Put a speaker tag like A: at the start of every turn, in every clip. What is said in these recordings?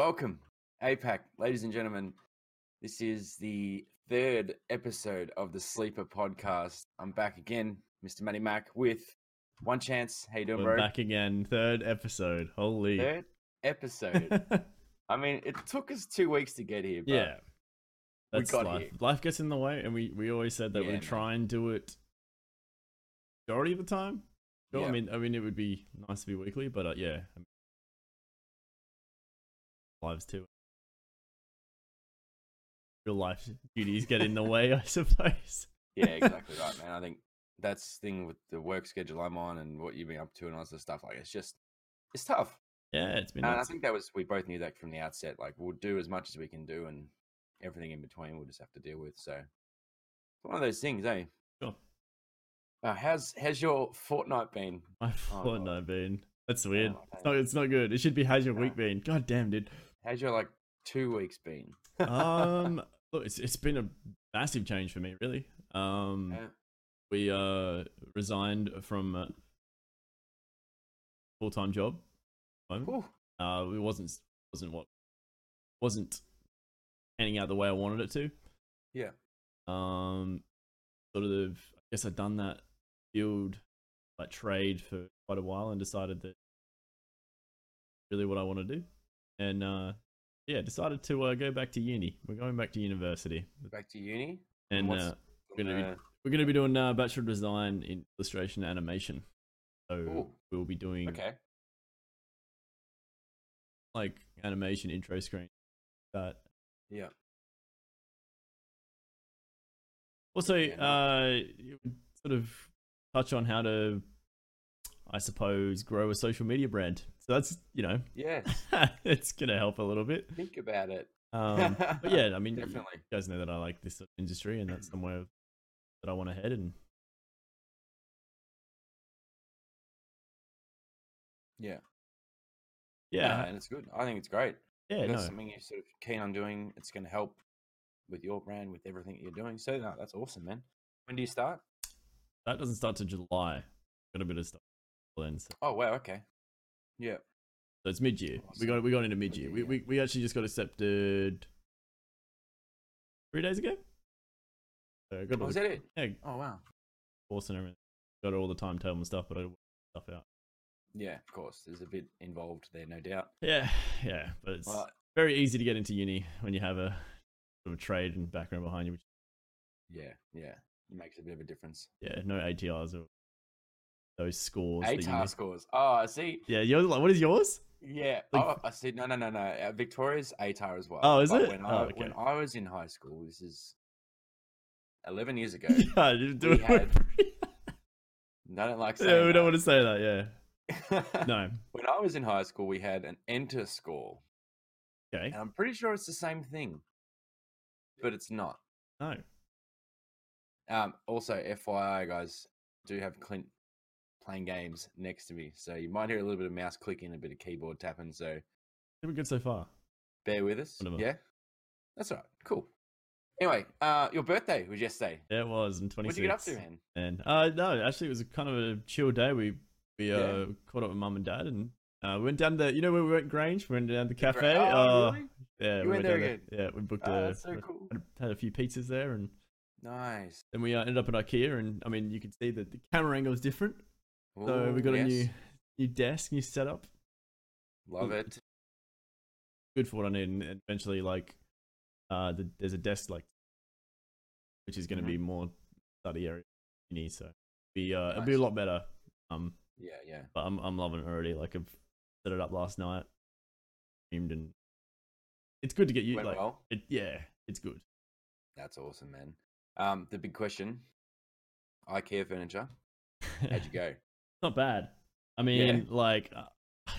A: Welcome, APAC, ladies and gentlemen. This is the third episode of the Sleeper Podcast. I'm back again, Mr. Matty Mac, with One Chance. How you doing, bro?
B: We're back again. Third episode. Holy.
A: Third episode. I mean, it took us two weeks to get here, but
B: yeah.
A: We
B: That's
A: got
B: life.
A: here.
B: Life gets in the way, and we, we always said that
A: Yeah,
B: we'd
A: man.
B: try and do it majority of the time. Sure,
A: Yeah.
B: I mean, I mean, it would be nice to be weekly, but uh, yeah, I mean, lives too. Real life duties get in the way, I suppose.
A: yeah, exactly right, man. I think that's the thing with the work schedule I'm on and what you've been up to and all this stuff. Like, it's just, it's tough.
B: Yeah, it's been.
A: And I
B: nuts.
A: think that was we both knew that from the outset. Like we'll do as much as we can do, and everything in between we'll just have to deal with. So it's one of those things, eh?
B: Sure.
A: Uh, how's how's your fortnight been?
B: My
A: Oh,
B: fortnight been. That's weird.
A: okay.
B: it's, not, it's not good. It should be how's your
A: No.
B: week been? God damn, dude.
A: How's your like two weeks been?
B: um look it's, it's been a massive change for me really um
A: Yeah.
B: we uh resigned from a full-time job at the moment.
A: Ooh,
B: uh it wasn't wasn't what wasn't panning out the way i wanted it to
A: Yeah.
B: um sort of i guess i'd done that field like trade for quite a while and decided that really what i want to do and uh yeah decided to uh, go back to uni we're going back to university
A: back to uni.
B: and
A: what's-
B: uh, we're gonna be
A: Uh,
B: we're going to be doing uh, bachelor of design in illustration and animation so
A: Ooh.
B: we'll be doing
A: okay.
B: like animation intro screen that
A: Yeah.
B: Also,
A: Yeah,
B: uh, you would sort of touch on how to, I suppose, grow a social media brand. So that's you know,
A: Yes.
B: it's gonna help a little bit.
A: Think about it.
B: Um, but yeah, I mean, you
A: Definitely.
B: guys know that I like this sort of industry, and that's somewhere that I want to head. And
A: Yeah.
B: yeah,
A: and it's good. I think it's great.
B: yeah,
A: that's
B: no,
A: something you're sort of keen on doing. It's going to help with your brand, with everything that you're doing. So no, that's awesome, man. When do you start?
B: that doesn't start till July. Got a bit of stuff then, so,
A: Oh wow. Okay. Yeah.
B: so it's mid year.
A: Awesome.
B: We got we got into mid year.
A: Mid-year,
B: We,
A: yeah.
B: we we actually just got accepted three days ago. So I got all
A: Oh, is
B: the-
A: that it?
B: yeah,
A: Oh wow.
B: course and everything. Got all the timetable and stuff, but I worked stuff out.
A: Yeah, of course. There's a bit involved there, no doubt.
B: Yeah, yeah, but it's
A: Well,
B: very easy to get into uni when you have a sort of trade and background behind you. Which,
A: yeah, yeah. It makes a bit of a difference.
B: yeah, no ATRs or those scores. that you
A: ATAR
B: miss.
A: scores. Oh, I see.
B: Yeah, yours. Like, what is yours?
A: Yeah.
B: Like-
A: oh, I see. No, no, no, no. Uh, Victoria's ATAR as well.
B: Oh, is
A: But
B: it?
A: When,
B: Oh,
A: I,
B: okay.
A: when I was in high school, this is 11 years ago.
B: Yeah, I didn't do
A: We
B: it.
A: had- I don't like saying
B: yeah, we don't
A: that.
B: want to say that. Yeah, no.
A: When I was in high school, we had an enter score.
B: Okay,
A: And I'm pretty sure it's the same thing, but it's not.
B: no.
A: Um, also, FYI, guys, do have Clint playing games next to me, so you might hear a little bit of mouse clicking, a bit of keyboard tapping. So
B: They were good so far.
A: bear with us.
B: Whatever.
A: Yeah, that's all right. Cool. Anyway, uh, your birthday was yesterday.
B: Yeah, it was. I'm 26.
A: What'd you get up to, man?
B: And uh, no, actually, it was a kind of a chill day. We we
A: Yeah.
B: uh, caught up with mum and dad, and uh, we went down to you know where we went Grange. We went down to the
A: Gra-
B: cafe.
A: Oh,
B: uh,
A: really?
B: Yeah,
A: You
B: we
A: went
B: went down
A: there
B: Yeah, we booked
A: Oh,
B: a
A: that's so
B: had a-
A: cool.
B: had a- had a few pizzas there, and
A: Nice.
B: then we uh, ended up at IKEA, and I mean, you could see that the camera angle is different. so we
A: Ooh,
B: got a
A: yes.
B: new new desk, new setup.
A: Love it.
B: Good for what I need, and eventually, like, uh, the, there's a desk like, which is going to
A: Mhm.
B: be more study area, uni, so be uh, it'll be
A: Nice.
B: a lot better. Um,
A: Yeah, yeah.
B: but I'm I'm loving it already. Like I've set it up last night, streamed, and it's good to get you
A: Went
B: like
A: well.
B: it, yeah, it's good.
A: That's awesome, man. Um, the big question: IKEA furniture. How'd you go?
B: not bad. I mean, like, uh,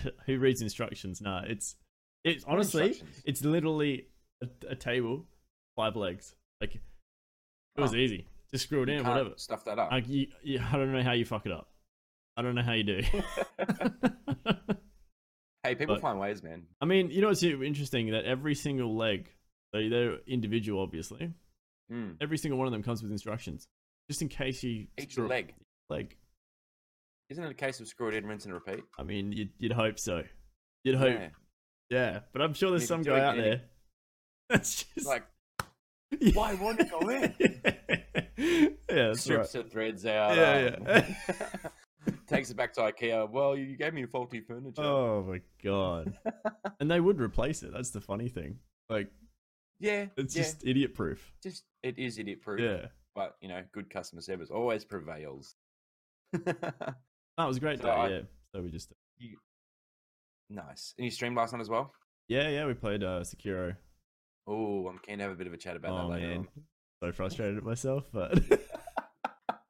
B: who reads instructions? No, it's it's
A: What
B: honestly,
A: instructions?
B: it's literally a, a table, five legs. Like, it was
A: Oh.
B: easy. Just screw it
A: You
B: in,
A: can't
B: whatever.
A: Stuff that up.
B: Like, you, you, I don't know how you fuck it up. I don't know how you do.
A: hey, people
B: but-
A: find ways, man.
B: I mean, you know what's interesting that every single leg, they they're individual, obviously.
A: Mm.
B: Every single one of them comes with instructions, just in case you
A: Each
B: screw-
A: leg.
B: Leg.
A: Isn't it a case of screw it in, rinse and repeat?
B: I mean, you'd, you'd hope so. You'd hope
A: Yeah.
B: Yeah, but I'm sure there's
A: Need to
B: some
A: do
B: guy
A: it,
B: out
A: Andy.
B: there. That's just
A: Like
B: Yeah.
A: why won't it go in?
B: yeah, that's right.
A: Strips the threads out.
B: Yeah,
A: uh, takes it back to IKEA. Well, you gave me faulty furniture.
B: Oh my god! and they would replace it. That's the funny thing. Like
A: yeah,
B: it's
A: yeah, just
B: just idiot proof.
A: it is idiot proof.
B: Yeah,
A: But you know, good customer service always prevails.
B: that was a great
A: So
B: day.
A: I-
B: yeah, so we just
A: nice. And you streamed last night as well.
B: yeah yeah we played uh, Sekiro.
A: Oh, I'm keen to have a bit of a chat about
B: oh
A: that later.
B: man,
A: on.
B: so frustrated at myself, but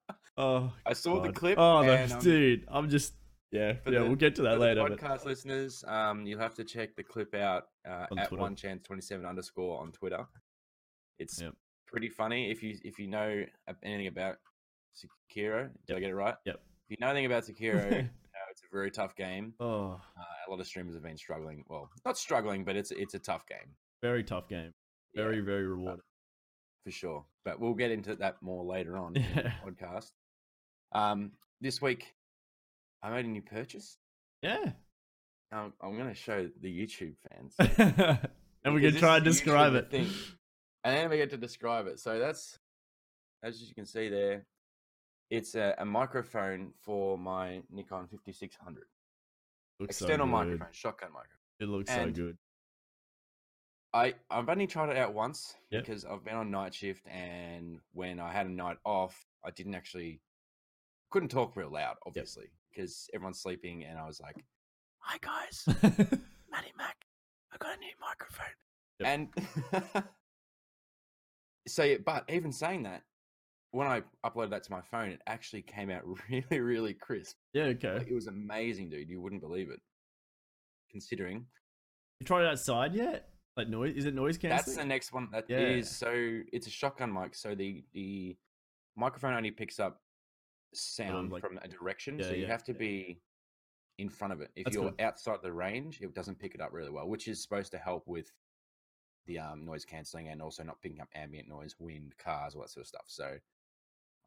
B: oh
A: I saw the
B: God.
A: clip.
B: Oh
A: and,
B: no,
A: um,
B: dude, I'm just yeah
A: for
B: yeah.
A: the-
B: we'll get to
A: for
B: that
A: the
B: later. but-
A: podcast listeners, um, you'll have to check the clip out uh,
B: On
A: at
B: Twitter.
A: one chance twenty seven underscore on Twitter. It's
B: Yep.
A: pretty funny if you if you know ab- anything about Sekiro. Did I get it right?
B: Yep.
A: If you know anything about Sekiro, you know, it's a very tough game.
B: oh,
A: Uh, a lot of streamers have been struggling. Well, not struggling, but it's it's a tough game
B: very tough game.
A: Yeah,
B: Very very rewarding.
A: for sure. But we'll get into that more later on in
B: Yeah.
A: the podcast. Um, this week, I made a new purchase.
B: Yeah.
A: Um, I'm going to show the YouTube fans.
B: and we
A: Because
B: can try and
A: this is usually
B: describe
A: the
B: it.
A: thing. and then we get to describe it. So that's, as you can see there, it's a, a microphone for my Nikon 5600
B: Looks so
A: external
B: good.
A: microphone, shotgun microphone.
B: It looks
A: And-
B: so good.
A: I I've only tried it out once
B: Yeah.
A: because I've been on night shift, and when I had a night off, I didn't actually couldn't talk real loud, obviously, because everyone's sleeping, and I was like, "Hi guys, Matty Mac, I got a new microphone.
B: Yep.
A: And so, yeah, but even saying that, when I uploaded that to my phone, it actually came out really, really crisp.
B: yeah, okay.
A: Like, it was amazing, dude. You wouldn't believe it. Considering
B: You tried it outside yet? Like noise? Is it noise
A: that's
B: canceling?
A: the next one that it
B: Yeah.
A: is so it's a shotgun mic, so the the microphone only picks up sound
B: Um, like-
A: from a direction,
B: Yeah,
A: so you
B: yeah,
A: have to
B: yeah.
A: be in front of it. If
B: That's
A: you're
B: good.
A: outside the range, it doesn't pick it up really well, which is supposed to help with the um, noise cancelling and also not picking up ambient noise, wind, cars, all that sort of stuff. So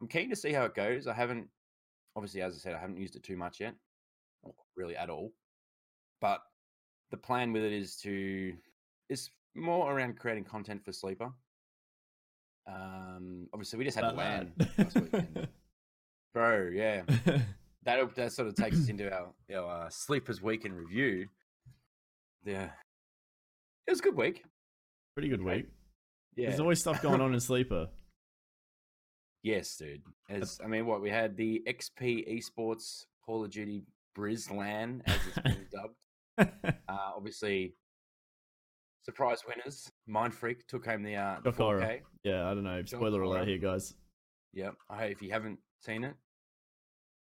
A: I'm keen to see how it goes. I haven't, obviously, as I said, I haven't used it too much yet, or really at all. But the plan with it is to, it's more around creating content for Sleeper. Um, obviously, we just had
B: About
A: LAN
B: that.
A: last weekend. Bro, yeah that that sort of takes us into our our uh, sleepers week in review. Yeah, it was a good week.
B: Pretty good
A: Okay.
B: week.
A: Yeah.
B: There's always stuff going on in sleeper.
A: yes, dude. As I mean, what we had the XP Esports Call of Duty Brislan, as it's been dubbed. Uh, obviously, surprise winners. Mind Freak took home the uh, the
B: Shakara.
A: 4K.
B: yeah, I don't know.
A: John
B: Spoiler alert
A: Cora.
B: here, guys.
A: Yep. I, if you haven't seen it,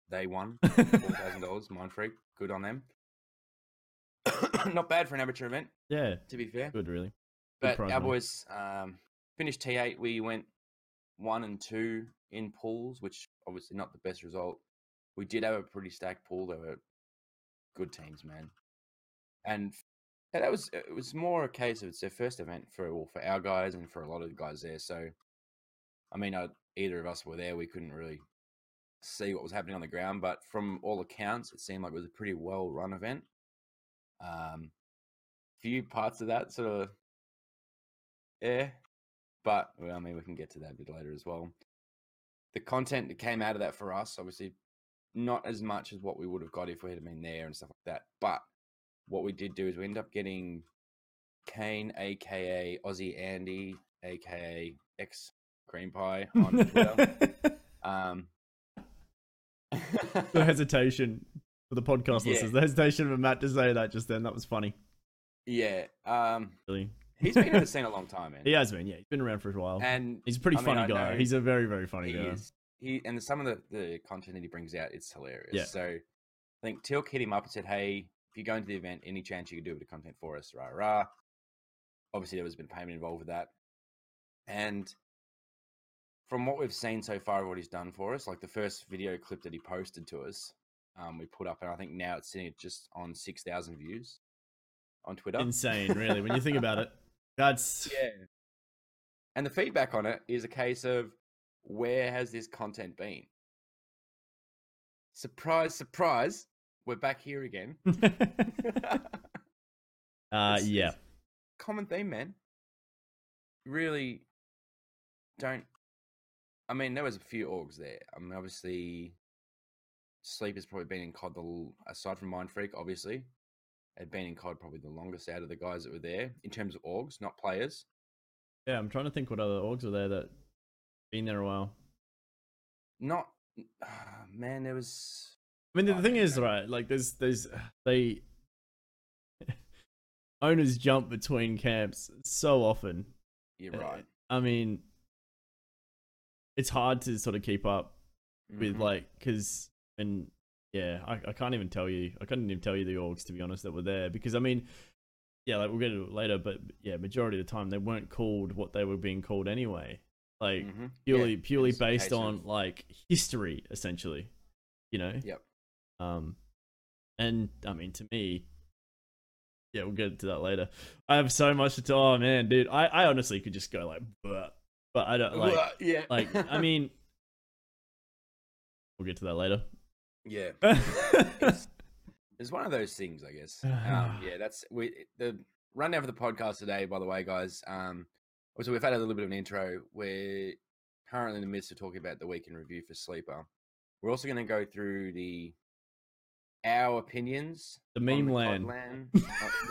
A: they won. four
B: yeah,
A: thousand dollars. Mind Freak. Good on them. Not bad for an amateur event, to be fair.
B: good really.
A: But
B: prize
A: our
B: money.
A: boys um, finished T8. We went one and two in pools, which obviously not the best result. We did have a pretty stacked pool. There were good teams, man, and f- yeah, that was it. Was more a case of it's their first event for well, for our guys and for a lot of the guys there. So, I mean, I, either of us were there. We couldn't really see what was happening on the ground, but from all accounts, it seemed like it was a pretty well run event. Um, few parts of that sort of yeah. But well, I mean, we can get to that a bit later as well. The content that came out of that for us, obviously, not as much as what we would have got if we had been there and stuff like that. But what we did do is we ended up getting Kane, aka Aussie Andy, aka X Cream Pie on Twitter. um,
B: the hesitation for the podcast
A: Yeah.
B: listeners. The hesitation for Matt to say that just then. That was funny.
A: yeah, um,
B: Really.
A: he's been in the scene a long time, man.
B: He has been. Yeah, he's been around for a while.
A: and
B: he's a pretty
A: I mean,
B: funny
A: I
B: guy.
A: know-
B: He's a very very funny
A: He
B: guy.
A: is. He and some of the, the content that he brings out, it's hilarious.
B: Yeah.
A: So I think Tilk hit him up and said, Hey, if you're going to the event, any chance you could do a bit of content for us, rah rah. Obviously there was been payment involved with that. And from what we've seen so far of what he's done for us, like the first video clip that he posted to us, um, we put up and I think now it's sitting at just on six thousand views on Twitter.
B: Insane, really. When you think about it, that's
A: Yeah. And the feedback on it is a case of where has this content been? Surprise, surprise, we're back here again.
B: Uh,
A: It's-
B: yeah.
A: it's Common theme, man. Really don't. I mean, there was a few orgs there. I mean, obviously, Sleep has probably been in COD, the, l- aside from Mind Freak, obviously, had been in COD probably the longest out of the guys that were there in terms of orgs, not players.
B: Yeah, I'm trying to think what other orgs are there that been there a while.
A: Not. ah, man, there was.
B: I mean, the, the
A: I
B: thing
A: don't
B: is,
A: know.
B: right? Like, there's, there's, they owners jump between camps so often.
A: You're
B: Uh,
A: right.
B: I mean, it's hard to sort of keep up with
A: Mhm.
B: like, because and yeah, I, I can't even tell you. I couldn't even tell you the orgs to be honest that were there because I mean, yeah, like we'll get into it later, but yeah, majority of the time they weren't called what they were being called anyway. Like
A: Mhm. Yeah,
B: purely purely
A: it's a
B: based
A: case of-
B: on like history essentially you know
A: Yep.
B: um and i mean to me yeah we'll get to that later i have so much to tell oh man dude i i honestly could just go like Bleh. but i don't like
A: Well, yeah.
B: like i mean we'll get to that later
A: yeah. It's one of those things, I guess. um, yeah, that's we the rundown for the podcast today. By the way, guys, um, so we've had a little bit of an intro. We're currently in the midst of talking about the week in review for Sleeper. We're also going to go through the our opinions
B: the
A: on
B: meme
A: the
B: land
A: Codland-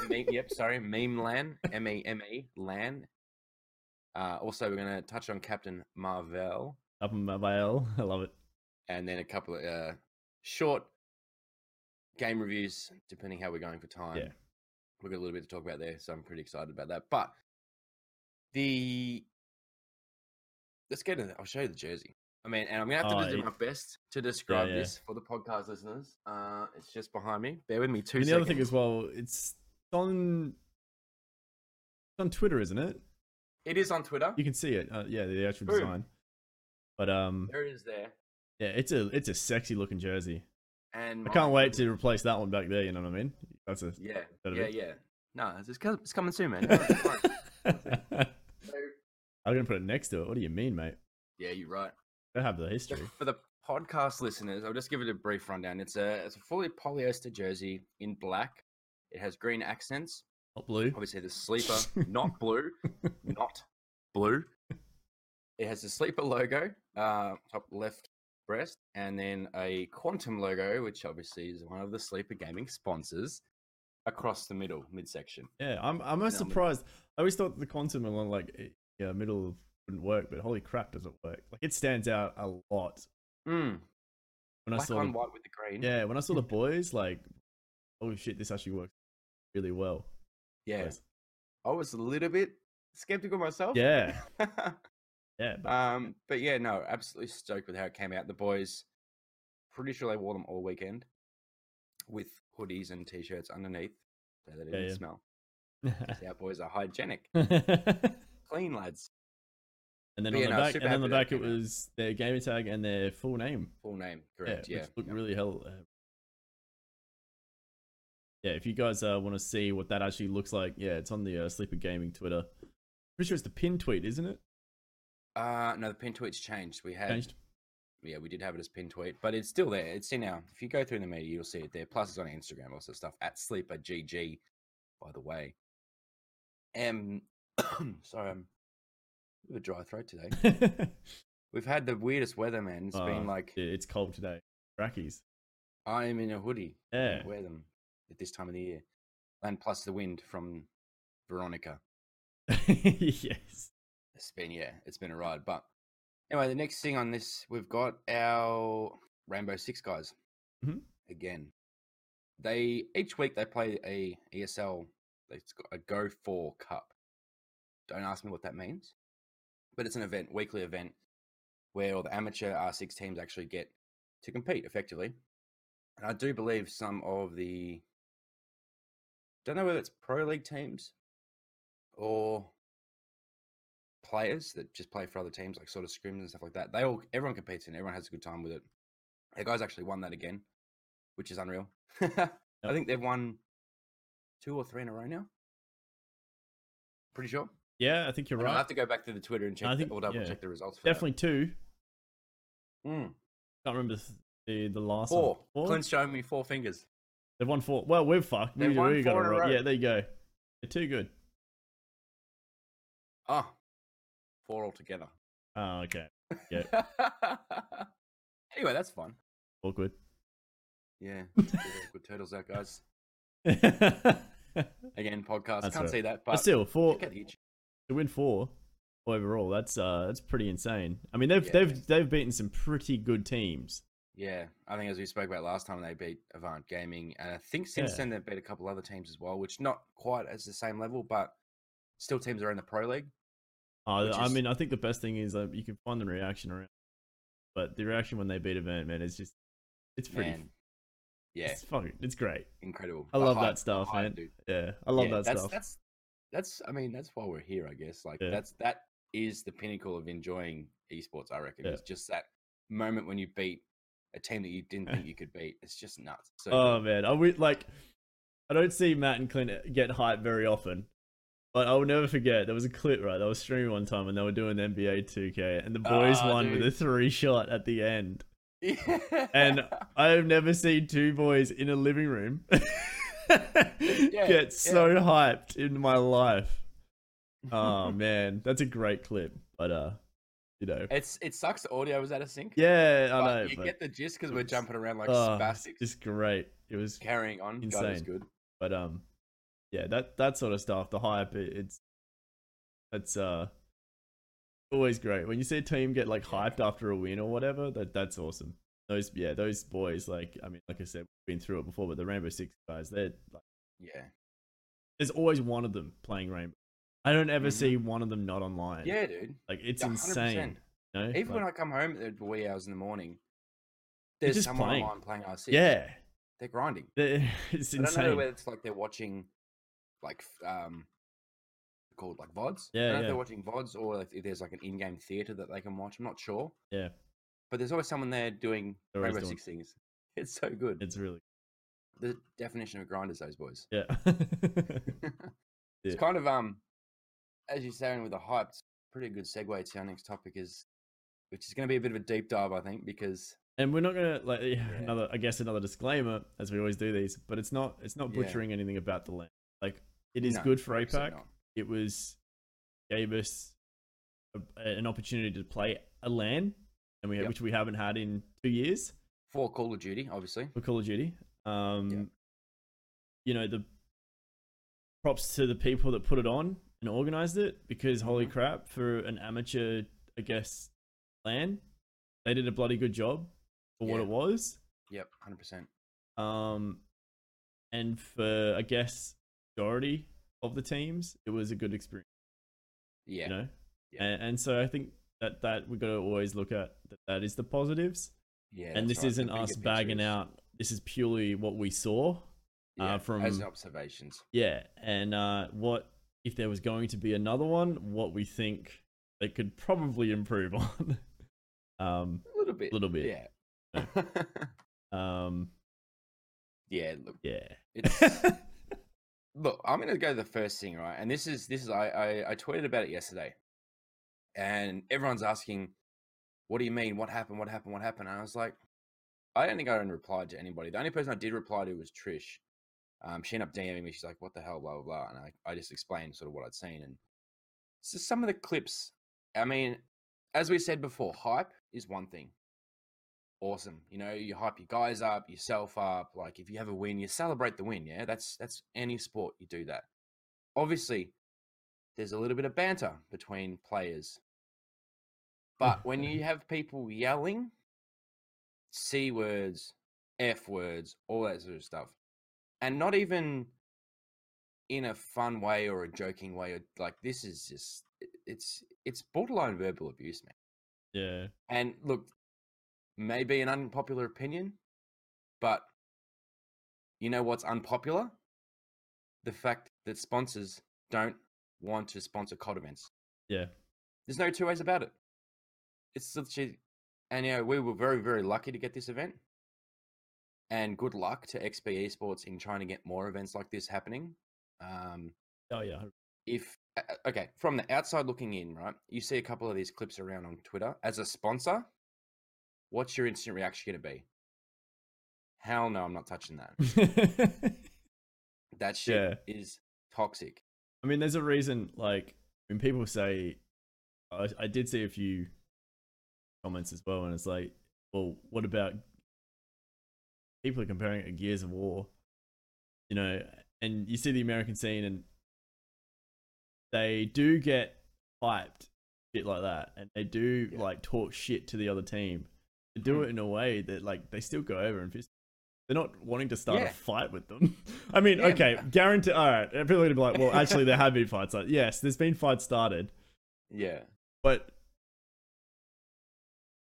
A: uh, the meme, yep, sorry, meme land, M A M A land. Uh, also, we're going to touch on Captain Marvel
B: up in my veil i love it
A: and then a couple of uh, short game reviews, depending how we're going for time.
B: Yeah.
A: We've got a little bit to talk about there, so I'm pretty excited about that. But the let's get in. I'll show you the jersey. I mean, and I'm gonna have to
B: Oh,
A: do
B: it-
A: my best to describe
B: yeah.
A: this for the podcast listeners. Uh, it's just behind me. Bear with me two
B: and the
A: seconds.
B: other thing as well it's on it's on twitter isn't it
A: it is on Twitter.
B: You can see it. Uh, yeah, the actual
A: Boom.
B: design. But um,
A: There it is there. Oh.
B: yeah, it's a it's a sexy looking jersey.
A: And
B: I
A: my
B: can't wait
A: goodness-
B: to replace that one back there. You know what I mean? That's a
A: Yeah,
B: That'll
A: yeah,
B: be-
A: yeah. No, it's, co- it's coming soon, man. Don't worry.
B: I'm
A: So-
B: gonna put it next to it. What do you mean, mate?
A: yeah, you're right.
B: They have the
A: So
B: history.
A: for the podcast listeners, I'll just give it a brief rundown. It's a it's a fully polyester jersey in black. It has green accents.
B: Not blue.
A: Obviously, the sleeper not blue, not blue. It has the sleeper logo, uh, top left breast, and then a quantum logo, which obviously is one of the sleeper gaming sponsors, across the middle midsection.
B: Yeah, I'm I'm almost
A: No, mate.
B: surprised. I always thought the quantum along like eh, yeah middle of- wouldn't work, but holy crap, does it work? Like it stands out a lot.
A: Mm,
B: When I
A: black
B: saw
A: on
B: the-
A: white Hmm. with the green.
B: yeah, when I saw the boys, like oh shit, this actually works really well.
A: yeah. I was a little bit skeptical myself.
B: yeah,
A: Yeah.
B: yeah. But
A: Um, but yeah, no, absolutely stoked with how it came out. The boys, pretty sure they wore them all weekend with hoodies and t-shirts underneath, so they didn't
B: yeah.
A: smell. Our boys are hygienic,
B: and
A: clean lads.
B: then
A: But
B: on
A: yeah,
B: the
A: no,
B: back,
A: super
B: and
A: happy
B: on
A: that
B: the back, it
A: came out.
B: was their gamer tag and their full name.
A: Full name, correct?
B: yeah,
A: Yeah,
B: which looked
A: yeah.
B: really hell. Uh, yeah, if you guys uh, want to see what that actually looks like, yeah, it's on the uh, Sleeper Gaming Twitter. Pretty sure it's the pin tweet, isn't it?
A: Uh, no, the pin tweet's changed. We had,
B: Changed.
A: yeah, we did have it as pin tweet, but it's still there. It's in our. If you go through the media, you'll see it there. Plus, it's on Instagram, also stuff at sleeper gg. By the way, um, sorry, I'm a bit of a dry throat today.
B: Dude,
A: We've had the weirdest weather, man. It's
B: Uh,
A: been like
B: it's cold today. Rackies.
A: I am in a hoodie. I
B: Yeah.
A: don't wear them at this time of the year, and plus the wind from Veronica.
B: yes.
A: It's been yeah, it's been a ride. But anyway, the next thing on this, we've got our Rainbow Six guys
B: Mhm.
A: again. They each week they play a E ESL. It's got a Go Four Cup. Don't ask me what that means, but it's an event, weekly event, where all the amateur R6 teams actually get to compete effectively. And I do believe some of the don't know whether it's pro league teams or players that just play for other teams, like sort of scrims and stuff like that. They all everyone competes in, it, everyone has a good time with it. The guys actually won that again, which is unreal. I
B: Yep.
A: think they've won two or three in a row now. Pretty sure.
B: Yeah, I think you're
A: And I'll
B: right.
A: have to go back to the Twitter and check.
B: I
A: I
B: think-
A: or double
B: yeah.
A: check the results. For that.
B: Definitely two.
A: Mm.
B: Can't remember the the, the last one.
A: Four. Clint's showing me four fingers.
B: They've won four. Well, we're fucked. We,
A: They've won
B: we got it
A: four in a
B: right.
A: row.
B: Yeah, there you go. They're too good.
A: Ah, four altogether.
B: Oh, okay.
A: anyway, that's fun.
B: Awkward.
A: Yeah. Good turtles out, guys.
B: but
A: Again, podcast.
B: That's
A: Can't
B: right.
A: see that, but
B: still, four
A: check out the YouTube.
B: to win four overall. That's uh, that's pretty insane. I mean, they've
A: Yeah.
B: they've they've beaten some pretty good teams.
A: Yeah, I think as we spoke about last time, they beat Avant Gaming, and I think since
B: Yeah.
A: then they've beat a couple other teams as well, which not quite as the same level, but still teams that are in the pro league.
B: Uh,
A: Which
B: I
A: is-
B: mean, I think the best thing is that you can find the reaction around, but the reaction when they beat Event, man, it's just it's pretty.
A: Man, yeah,
B: It's fucking, it's great.
A: incredible.
B: I
A: The
B: love
A: hype-
B: that stuff,
A: hype,
B: man.
A: dude.
B: Yeah, I love
A: Yeah,
B: that
A: that's,
B: stuff.
A: That's that's. I mean, that's why we're here, I guess. Like
B: Yeah.
A: that's that is the pinnacle of enjoying esports. I reckon
B: Yeah.
A: It's just that moment when you beat a team that you didn't think you could beat. It's just nuts. So
B: Oh
A: good.
B: man, I would like. I don't see Matt and Clint get hyped very often, but I will never forget there was a clip right. I was streaming one time and they were doing NBA 2K, and the boys
A: Ah,
B: won with
A: dude.
B: a three shot at the end.
A: Yeah.
B: And I have never seen two boys in a living room
A: yeah.
B: get so hyped in my life. Oh man, that's a great clip, but uh, you know,
A: it's it sucks. The audio was out of sync.
B: yeah, I
A: but
B: know,
A: you
B: but
A: get the gist because we're
B: it's-
A: jumping around like
B: oh,
A: spastics.
B: it's great. It was
A: carrying on. God, it was
B: insane.
A: good.
B: but um yeah that that sort of stuff the hype it, it's that's uh always great when you see a team get like
A: Yeah.
B: hyped after a win or whatever that that's awesome those yeah those boys like i mean like i said we've been through it before but the rainbow six guys they're like,
A: Yeah.
B: there's always one of them playing rainbow i don't ever
A: Mhm.
B: see one of them not online
A: Yeah, dude.
B: like it's
A: Yeah, 100%.
B: insane you know?
A: Even when
B: Like,
A: I come home at the wee hours in the morning, there's
B: just
A: someone
B: playing.
A: online playing RC.
B: yeah
A: They're grinding.
B: they're- it's
A: I don't know
B: insane
A: whether it's like they're watching, like, f- um, called like VODs. I
B: Yeah,
A: don't know if
B: yeah.
A: they're watching VODs or like, if there's like an in game theater that they can watch. I'm not sure.
B: yeah
A: But there's always someone there doing
B: They're always
A: Rainbow
B: doing-
A: Six things. It's so good.
B: it's really
A: the definition of grinders, those boys.
B: yeah
A: It's
B: Yeah.
A: kind of um, as you're saying with the hype, it's pretty good segue to our next topic is, which is going to be a bit of a deep dive, I think, because
B: and we're not gonna like yeah,
A: Yeah.
B: another i guess another disclaimer as we always do these but it's not it's not
A: Yeah.
B: butchering anything about the land like it is
A: No,
B: good for
A: obviously
B: apac
A: not.
B: it was gave us a, a- an opportunity to play a land and we
A: Yep.
B: which we haven't had in two years
A: for Call of Duty, obviously,
B: for call of duty um you know the props to the people that put it on and organized it because holy
A: Mhm.
B: crap for an amateur i guess land they did a bloody good job for what
A: Yeah.
B: it was
A: yep, hundred percent,
B: um, and for I guess majority of the teams, it was a good experience.
A: yeah,
B: You know,
A: Yeah.
B: and, and so I think that that we got to always look at that, that is the positives,
A: yeah.
B: and
A: that's
B: this
A: right, the
B: isn't
A: bigger
B: us bagging
A: picture is-
B: out. This is purely what we saw. uh,
A: as
B: from-
A: observations.
B: Yeah, and uh, what if there was going to be another one? What we think they could probably improve on. um,
A: A little bit,
B: little bit.
A: yeah,
B: um,
A: yeah. Look,
B: yeah,
A: it's, look, I'm gonna go the first thing, right? And this is this is I, I I tweeted about it yesterday, and everyone's asking, "What do you mean? What happened? What happened? What happened?" And I was like, I don't think I even replied to anybody. The only person I did reply to was Trish. Um, she ended up DMing me. She's like, "What the hell?" Blah blah blah. And I I just explained sort of what I'd seen, and so some of the clips. I mean, as we said before, hype is one thing awesome. You know, you hype your guys up, yourself up. Like if you have a win, you celebrate the win. Yeah, that's that's any sport you do that. Obviously, there's a little bit of banter between players, but when you have people yelling, c words, f words, all that sort of stuff, and not even in a fun way or a joking way, or like this is just it- it's it's borderline verbal abuse, man.
B: yeah,
A: And look, maybe an unpopular opinion, but you know what's unpopular? The fact that sponsors don't want to sponsor COD events.
B: yeah,
A: There's no two ways about it. It's such a, and you know, we were very, very lucky to get this event. And good luck to XP Esports in trying to get more events like this happening. Um,
B: oh yeah,
A: if uh, uh, okay from the outside looking in right you see a couple of these clips around on twitter as a sponsor what's your instant reaction going to be hell no i'm not touching that that shit is toxic
B: I mean, there's a reason. Like when people say, I, I did see a few comments as well, and it's like, well, what about people are comparing it to Gears of War, you know, and you see the American scene, and they do get hyped, shit like that, and they do
A: Yeah.
B: like talk shit to the other team. They do
A: Mhm.
B: it in a way that like they still go over and fist. They're not wanting to start a
A: Yeah.
B: fight with them. I mean,
A: Yeah,
B: okay, guarantee. All right, people are gonna be like, well, actually, there have been fights. Like, yes, there's been fights started,
A: Yeah.
B: but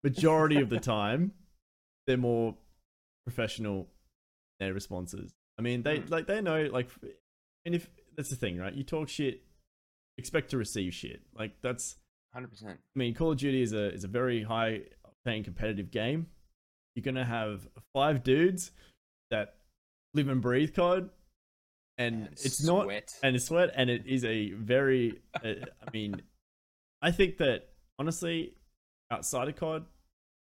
B: majority of the time, they're more professional. in Their responses. I mean, they
A: Hmm.
B: like they know like, and if that's the thing, right? You talk shit, expect to receive shit. Like that's
A: Hundred percent.
B: I mean, Call of Duty is a is a very high paying competitive game. You're gonna have five dudes that live and breathe COD, and, it's not
A: sweat.
B: and it's sweat, and it is a very. Uh, I mean, I think that honestly, outside of COD,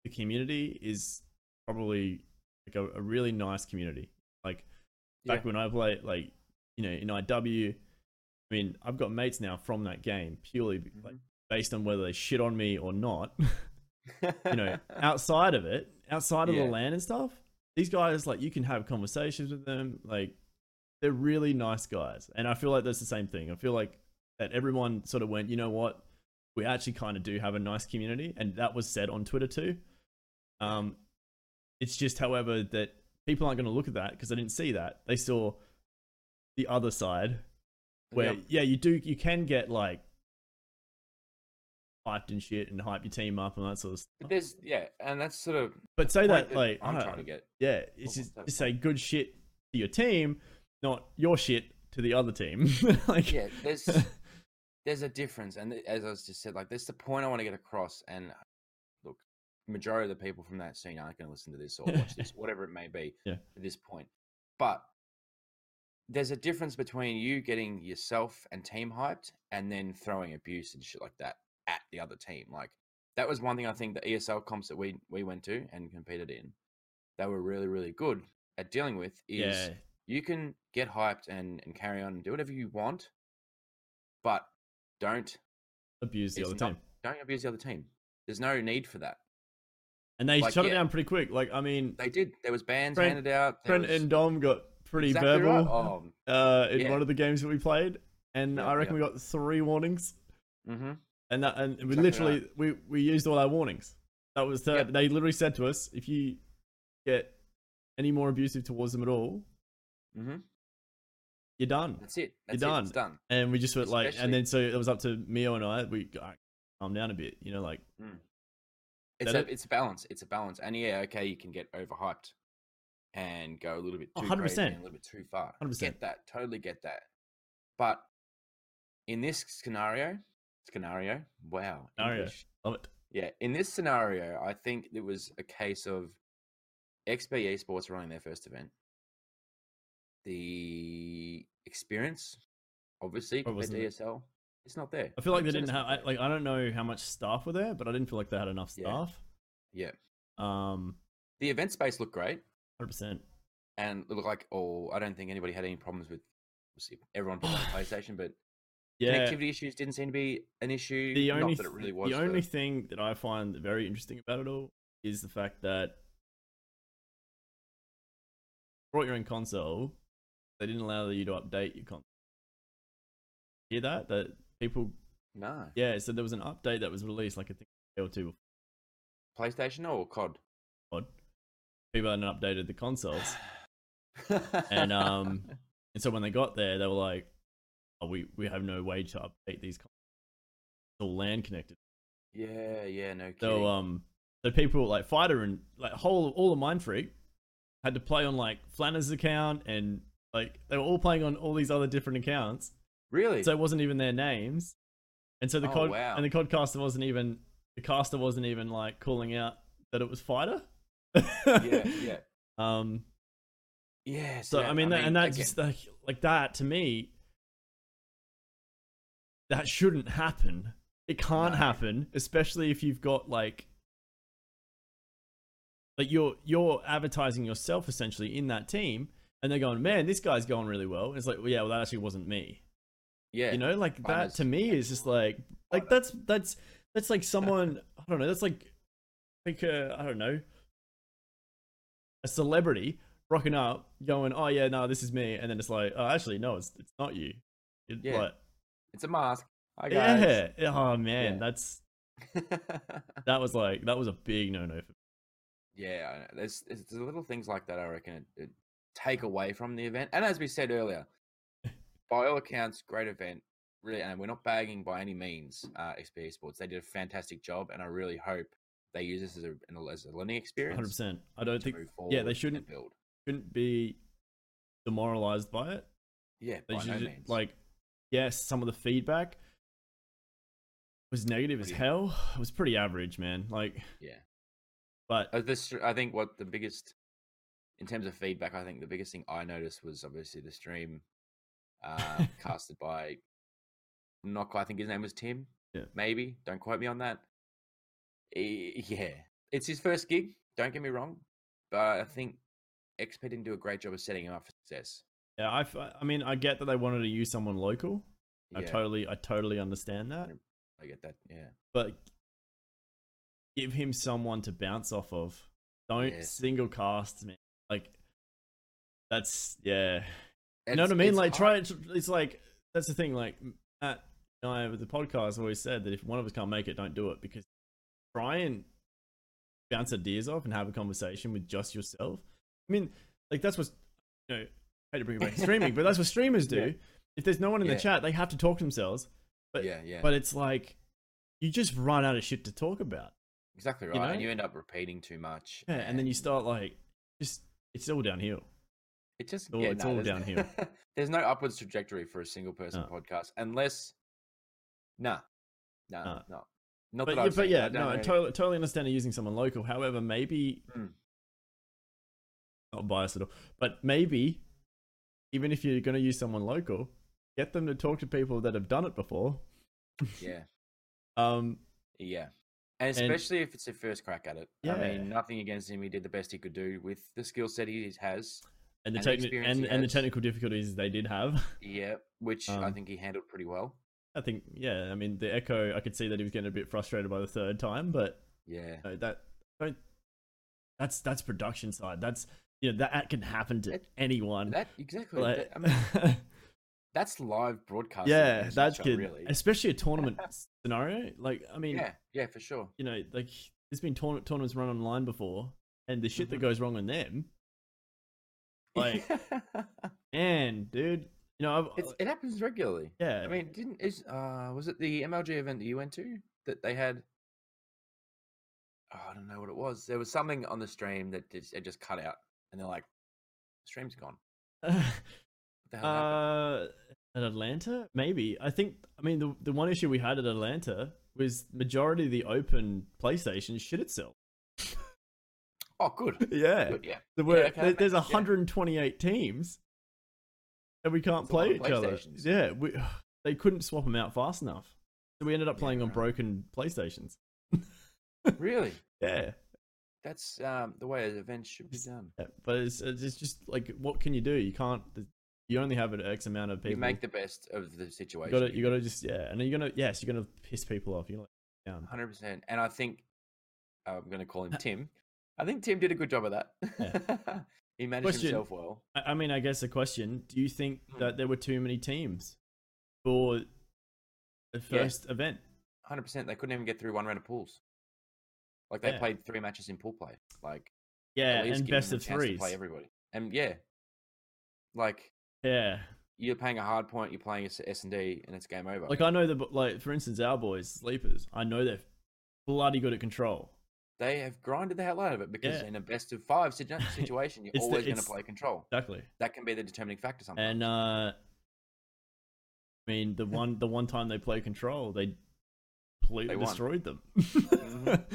B: the community is probably like a, a really nice community. Like back
A: Yeah.
B: when I played, like you know, in IW, I mean, I've got mates now from that game purely
A: Mm-hmm.
B: like based on whether they shit on me or not. You know,
A: Mm-hmm.
B: outside of it, outside of
A: Yeah.
B: the land and stuff, these guys like you can have conversations with them. Like they're really nice guys, and I feel like that's the same thing. I feel like that everyone sort of went, you know what, we actually kind of do have a nice community, and that was said on Twitter too. Um, it's just, however, that people aren't going to look at that because they didn't see that. They saw the other side where
A: Yep.
B: yeah, you do you can get like hyped and shit and hype your team up and that sort of
A: But
B: stuff.
A: There's yeah, and that's sort of
B: But say
A: the
B: that
A: point
B: like I
A: I'm
B: don't
A: trying to
B: know,
A: get.
B: yeah, it's
A: Oh,
B: just,
A: that's
B: just say good shit to your team, not your shit to the other team. like
A: Yeah, there's there's a difference, and th- as I was just said, like that's the point I want to get across. And look, majority of the people from that scene aren't going to listen to this or watch this, whatever it may be.
B: Yeah.
A: At this point, but there's a difference between you getting yourself and team hyped, and then throwing abuse and shit like that at the other team. Like that was one thing I think the ESL comps that we we went to and competed in, they were really really good at dealing with. Is
B: yeah,
A: you can get hyped and, and carry on and do whatever you want, but don't
B: abuse the
A: it's
B: other
A: not-
B: team.
A: don't abuse the other team. There's no need for that.
B: And they
A: like,
B: shut it
A: yeah.
B: down pretty quick. Like I mean,
A: They did. There was bans
B: Brent-
A: handed out. there
B: Trent
A: was-
B: and Dom got pretty
A: Exactly
B: verbal
A: right. Oh,
B: uh, in
A: Yeah.
B: one of the games that we played, and
A: Yeah,
B: I reckon we got three warnings.
A: mm-hmm.
B: and that and we
A: Exactly
B: literally we, we used all our warnings. That was the,
A: Yep.
B: they literally said to us, if you get any more abusive towards them at all,
A: Mm-hmm.
B: you're done.
A: That's it. That's
B: You're
A: it. It's done.
B: And we just were like,
A: Especially-
B: and then so it was up to Mio and I. We got calm down a bit, you know, like
A: It's
B: That
A: a,
B: it-
A: it's a balance. It's a balance. And yeah, okay, you can get overhyped and go a little bit
B: Oh,
A: too 100%.
B: 100%.
A: a little bit too far.
B: 100%.
A: Get that. Totally get that. But in this scenario, scenario, wow,
B: Scenario.
A: English.
B: love it.
A: Yeah, in this scenario, I think it was a case of XP Esports running their first event. The experience, obviously,
B: Or
A: compared to
B: Oh, wasn't it?
A: ESL, it's not there.
B: I feel like they
A: 100%
B: didn't
A: it's
B: have
A: not
B: I,
A: there.
B: like I don't know how much staff were there, but I didn't feel like they had enough
A: Yeah.
B: staff.
A: Yeah.
B: Um,
A: the event space looked great,
B: hundred percent.
A: and it looked like all. I don't think anybody had any problems with obviously, everyone played on PlayStation, but
B: Yeah.
A: connectivity issues didn't seem to be an issue.
B: the
A: not
B: only
A: that it
B: th-
A: really was.
B: the
A: for-
B: only thing that I find very interesting about it all is the fact that brought your own console, they didn't allow you to update your console. Hear that? That people,
A: no
B: yeah. So there was an update that was released, like I think a day or two
A: PlayStation or COD.
B: before. People hadn't updated the consoles, And, um, and so when they got there, they were like, oh, "We we have no way to update these consoles. It's all LAN connected."
A: yeah, yeah, no. Kidding.
B: So um, so people like fighter and like whole all of Mind Freak had to play on like Flanner's account and like they were all playing on all these other different accounts,
A: really,
B: so it wasn't even their names, and so the
A: Oh,
B: cod
A: wow.
B: and the codcaster wasn't even the caster wasn't even like calling out that it was fighter.
A: yeah, yeah.
B: Um.
A: Yeah.
B: So I mean, that, and that's
A: again,
B: just like, like that to me. That shouldn't happen. It can't
A: No.
B: happen, especially if you've got like, like you're you're advertising yourself essentially in that team, and they're going, "Man, this guy's going really well." And it's like, well, yeah, well, that actually wasn't me.
A: Yeah,
B: You know, like that
A: Finals.
B: to me is just like like that's that's that's like someone I don't know. That's like like uh, I don't know a celebrity rocking up, going, "Oh yeah, no, this is me," and then it's like, "Oh, actually, no, it's it's not you." It,
A: Yeah.
B: like,
A: it's a mask. Hi guys.
B: yeah. Oh man,
A: Yeah. that's-
B: that's
A: Yeah,
B: that was like that was a big no no for
A: I know. There's, there's there's little things like that. I reckon it, it take away from the event. And as we said earlier, by all accounts, great event. Really, and we're not bagging by any means. Uh, XP Sports, they did a fantastic job, and I really hope they use this as a an- as a learning
B: me. Hundred
A: experience.
B: percent. I don't
A: to
B: think
A: move
B: yeah,
A: forward
B: they
A: and
B: shouldn't
A: build.
B: shouldn't be demoralized by it.
A: Yeah,
B: They
A: by
B: should
A: no
B: ju-
A: means.
B: like yes, some of the feedback was negative as
A: Pretty-
B: hell. It was pretty average, man. Like
A: Yeah.
B: But
A: Uh, this, I think what the biggest, in terms of feedback, I think the biggest thing I noticed was obviously the stream uh, casted by, not quite, I think his name was Tim.
B: Yeah.
A: Maybe. Don't quote me on that. E- yeah. It's his first gig. Don't get me wrong. But I think XP didn't do a great job of setting him up for success.
B: yeah, I, f- I mean I get that they wanted to use someone local. I
A: yeah,
B: totally I totally understand that.
A: I get that. Yeah.
B: but give him someone to bounce off of. Don't
A: Yes.
B: single cast me. Like that's yeah. You know
A: It's-
B: what I mean?
A: it's
B: Like
A: hard.
B: try it. It's like that's the thing. Like Matt and I with the podcast always said that if one of us can't make it, don't do it because try and bounce ideas off and have a conversation with just yourself. I mean, like that's what you know. I hate to bring it back to streaming, but that's what streamers do.
A: Yeah.
B: If there's no one in
A: Yeah.
B: the chat, they have to talk to themselves. but-
A: yeah, yeah.
B: But it's like you just run out of shit to talk about.
A: exactly right.
B: you
A: And
B: know?
A: you end up repeating too much.
B: Yeah, and then you start like just it's all downhill.
A: It just
B: all-
A: yeah,
B: it's
A: no,
B: all
A: there's-
B: downhill.
A: there's no upwards trajectory for a single person
B: No.
A: podcast unless nah, nah,
B: No.
A: no, not
B: But,
A: that
B: yeah,
A: I've
B: but
A: seen.
B: yeah,
A: I don't
B: no,
A: know
B: I
A: any-
B: totally, totally understand using someone local. However, maybe
A: Mm.
B: not biased at all, but maybe even if you're going to use someone local, get them to talk to people that have done it before.
A: yeah,
B: Um,
A: yeah, and
B: And-
A: especially if it's their first crack at it. I
B: Yeah.
A: mean, nothing against him; he did the best he could do with the skill set he has.
B: and the
A: And the
B: techni-
A: experience
B: and,
A: he
B: and the
A: has.
B: technical difficulties they did have.
A: Yeah, which I
B: Um,
A: think he handled pretty well.
B: I think, yeah, I mean, the echo. I could see that he was getting a bit frustrated by the third time, but
A: Yeah,
B: No, that don't, that's that's production side. That's you know that can happen to
A: That-
B: anyone.
A: that exactly.
B: Like-
A: that- I mean, that's live broadcasting. in
B: uh, yeah,
A: a
B: that's
A: nutshell,
B: good.
A: Really,
B: Especially a tournament scenario. Like I mean,
A: yeah, yeah, for sure.
B: you know, like there's been tourna- tournaments run online before, and the shit
A: Mhm.
B: that goes wrong on them, like man, dude, you know, I've, uh,
A: it's, it happens regularly.
B: yeah,
A: I mean, didn't is uh was it the MLG event that you went to that they had? Oh, I don't know what it was. There was something on the stream that just, it just cut out, and they're like, "Stream's gone." What the hell happened?
B: Uh, at Atlanta, maybe. I think. I mean, the the one issue we had at Atlanta was majority of the open PlayStation shit itself.
A: Oh, good.
B: Yeah,
A: Good, yeah.
B: there were,
A: Yeah, okay, that
B: there- there's
A: makes- yeah.
B: 128 teams, and we can't
A: That's a lot
B: play
A: of
B: each other.
A: PlayStations.
B: Yeah, we, they couldn't swap them out fast enough, so we ended up
A: Yeah,
B: playing on
A: right.
B: broken PlayStations.
A: Really,
B: Yeah,
A: that's um the way an event should be done.
B: yeah, but it's it's just like, what can you do? You can't. You only have an X amount of people.
A: You make the best of the
B: You
A: situation.
B: gotta, you gotta just yeah, and you're gonna yes, you're gonna piss people off. You're gonna down.
A: hundred percent. And I think I'm going to call him Tim. I think Tim did a good job of that. he managed
B: Question.
A: himself well.
B: I, I mean, I guess the question: Do you think
A: Hmm.
B: that there were too many teams for the first event?
A: hundred percent. They couldn't even get through one round of pools. Like they
B: Yeah.
A: played three matches in pool play. Like
B: Yeah,
A: at least
B: and
A: give them
B: best
A: a
B: of
A: chance to
B: threes.
A: play everybody. And yeah, like
B: Yeah,
A: you're paying a hard point. You're playing S and D, and it's game over.
B: like I know the like for instance, our boys sleepers. I know they're bloody good at control.
A: they have grinded the hell out of it because
B: Yeah.
A: in a best of five situ- situation, you're
B: It's the-
A: always going to
B: it's-
A: play control.
B: Exactly.
A: That can be the determining factor sometimes.
B: And uh, I mean the one the one time they play control, they completely
A: They won.
B: destroyed them.
A: Mhm.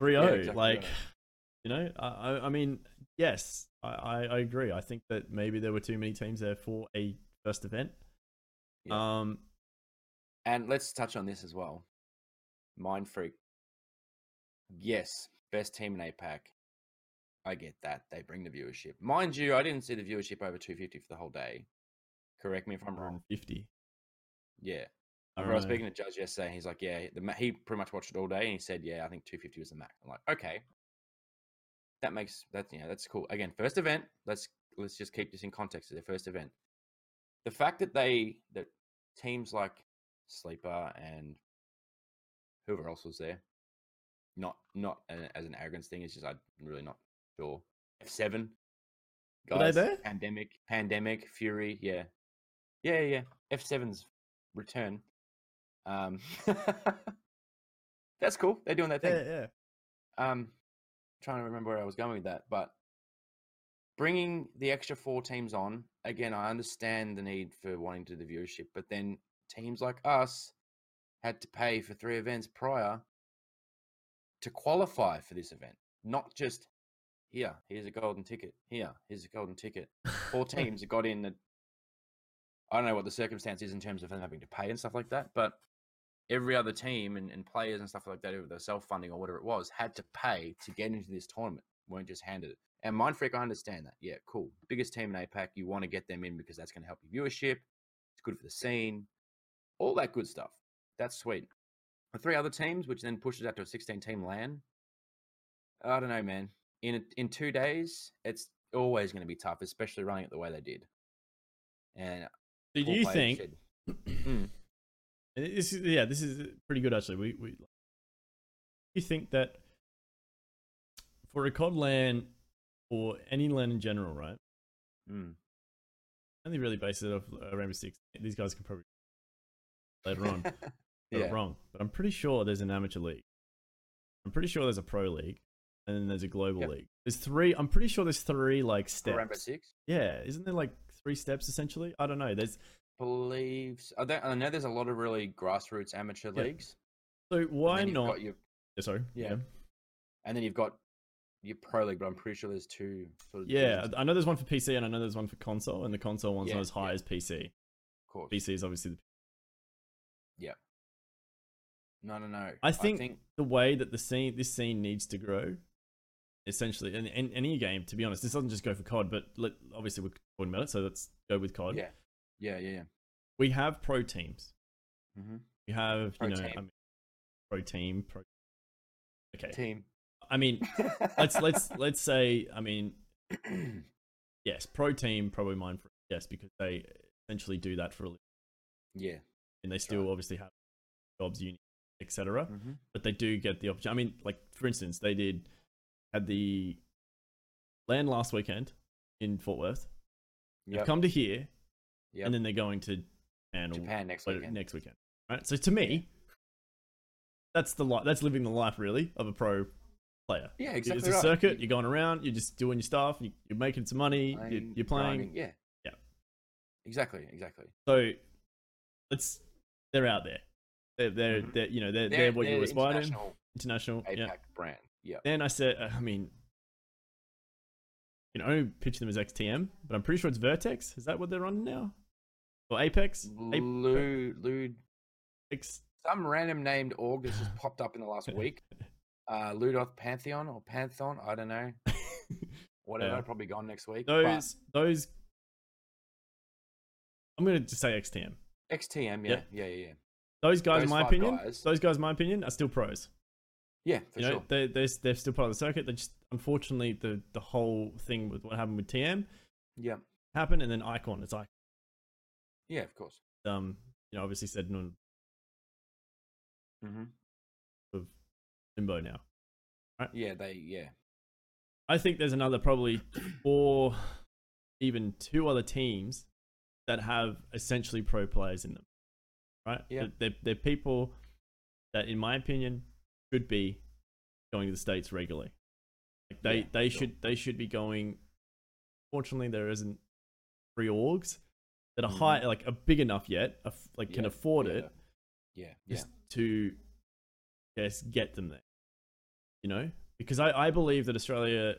B: 3
A: Yeah,
B: 0
A: exactly
B: like
A: right.
B: you know I, I I mean yes I, I I agree I think that maybe there were too many teams there for a first event um
A: And let's touch on this as well. Mind Freak. Yes, best team in APAC. I get that. They bring the viewership. Mind you, I didn't see the viewership over 250 for the whole day. Correct me if I'm wrong.
B: 150
A: Yeah.
B: All
A: I was
B: right.
A: speaking to Judge yesterday, and he's like, "Yeah, the, ma- he pretty much watched it all day, and he said, yeah, I think 250 was the max.' I'm like, okay, that makes that yeah, that's cool. Again, first event. Let's let's just keep this in context. It's their first event. The fact that they that teams like Sleeper and whoever else was there, not not a, as an arrogance thing. It's just I'm really not sure. F7
B: Were they there?
A: Pandemic, pandemic, Fury, yeah, yeah, yeah. yeah. F7's return. Um, that's cool. They're doing that thing.
B: Yeah, yeah.
A: Um, trying to remember where I was going with that, but bringing the extra four teams on again, I understand the need for wanting to do the viewership, but then teams like us had to pay for three events prior to qualify for this event, not just here. Here's a golden ticket. Here, here's a golden ticket. Four teams that got in. That I don't know what the circumstance is in terms of them having to pay and stuff like that, but every other team and, and players and stuff like that, who were self funding or whatever it was, had to pay to get into this tournament, weren't just handed it. And Mindfreak, I understand that. Yeah, cool. Biggest team in APAC, you want to get them in because that's going to help your viewership. It's good for the scene, all that good stuff. That's sweet. The three other teams, which then pushes out to a 16 team LAN, I don't know, man. In, a- in two days, it's always going to be tough, especially running it the way they did. And
B: Did
A: all
B: you
A: players
B: think?
A: said- Mm.
B: And it- This is, yeah, this is pretty good actually. We we you think that for a COD LAN or any LAN in general, right?
A: Mm,
B: Only really base it off uh, Rainbow Six. These guys can probably later on. got it
A: yeah.
B: wrong, but I'm pretty sure there's an amateur league. I'm pretty sure there's a pro league, and then there's a global
A: Yep.
B: league. There's three. I'm pretty sure there's three like
A: For
B: steps.
A: Rainbow Six?
B: Yeah, isn't there like three steps essentially? I don't know. There's
A: believe s- I, don't, I know there's a lot of really grassroots amateur
B: Yeah.
A: leagues.
B: so
A: and
B: why
A: then you've
B: not?
A: Got your,
B: Yeah, sorry.
A: Yeah. and then you've got your pro league, but I'm pretty sure there's two sort of
B: Yeah,
A: divisions,
B: I I know there's one for PC and I know there's one for console, and the console one's
A: Yeah,
B: not as high
A: yeah.
B: as PC.
A: of course.
B: PC is obviously the,
A: No, no, no.
B: I think- the way that the scene, this scene needs to grow, essentially. And, and any game, to be honest, this doesn't just go for COD, but let, obviously we're talking about it, so let's go with COD.
A: yeah, yeah, yeah, yeah.
B: We have pro teams.
A: hmm
B: We have
A: Pro
B: you know,
A: team.
B: I mean, pro team. Pro. Okay,
A: Team.
B: I mean, let's let's let's say, I mean, yes, pro team probably mine for yes because they essentially do that for a living,
A: yeah.
B: and they still obviously have jobs, uni, etc.
A: mhm.
B: but they do get the opportunity. I mean, like for instance, they did had the land last weekend in Fort Worth. They've
A: Yep.
B: come to here,
A: Yep.
B: and then they're going to Japan, or
A: Japan next
B: whatever-
A: weekend.
B: next weekend. Right. So to me, that's the life. That's living the life really of a pro player.
A: yeah, exactly.
B: it's a
A: right.
B: circuit. You're going around. You're just doing your stuff. You, you're making some money. You're,
A: Playing,
B: you're playing.
A: grinding, Yeah.
B: Yeah.
A: Exactly. Exactly.
B: So it's they're out there. They're they're,
A: Mhm.
B: they're you know they're, they're, what you aspire to.
A: international
B: International.
A: APAC
B: Yeah.
A: brand. Yeah.
B: Then I said, uh, I mean, you know, only pitch them as XTM, but I'm pretty sure it's Vertex. Is that what they're on now? Or Apex?
A: Mm. Lou, Lou
B: Apex.
A: some random named org that's just popped up in the last week. Uh, Ludoth Pantheon or Pantheon, I don't know. Whatever,
B: Yeah.
A: probably gone next week. but
B: Those, those. I'm going to just say XTM.
A: XTM, yeah,
B: Yep.
A: yeah, yeah, yeah,
B: Those guys,
A: Those
B: in my
A: five
B: opinion,
A: guys.
B: those guys, in my opinion, are still pros.
A: yeah, for
B: you know,
A: sure.
B: they, they're, they're still part of the circuit. They just, unfortunately, the, the whole thing with what happened with TM
A: Yeah,
B: happened, and then Icon. It's like,
A: yeah, of course.
B: um, you know, obviously said no, Mm-hmm.
A: hmm
B: limbo now.
A: Yeah, they, yeah,
B: I think there's another probably four, even two other teams that have essentially pro players in them, right?
A: Yeah.
B: They're, they're people that, in my opinion, should be going to the states regularly. Like they
A: Yeah,
B: they
A: sure.
B: should they should be going. Fortunately, there isn't free orgs that are
A: Mhm.
B: high like are big enough yet, aff- like can
A: Yeah,
B: afford
A: yeah,
B: it
A: yeah, yeah,
B: just to just get them there. You know, because I, I believe that Australia,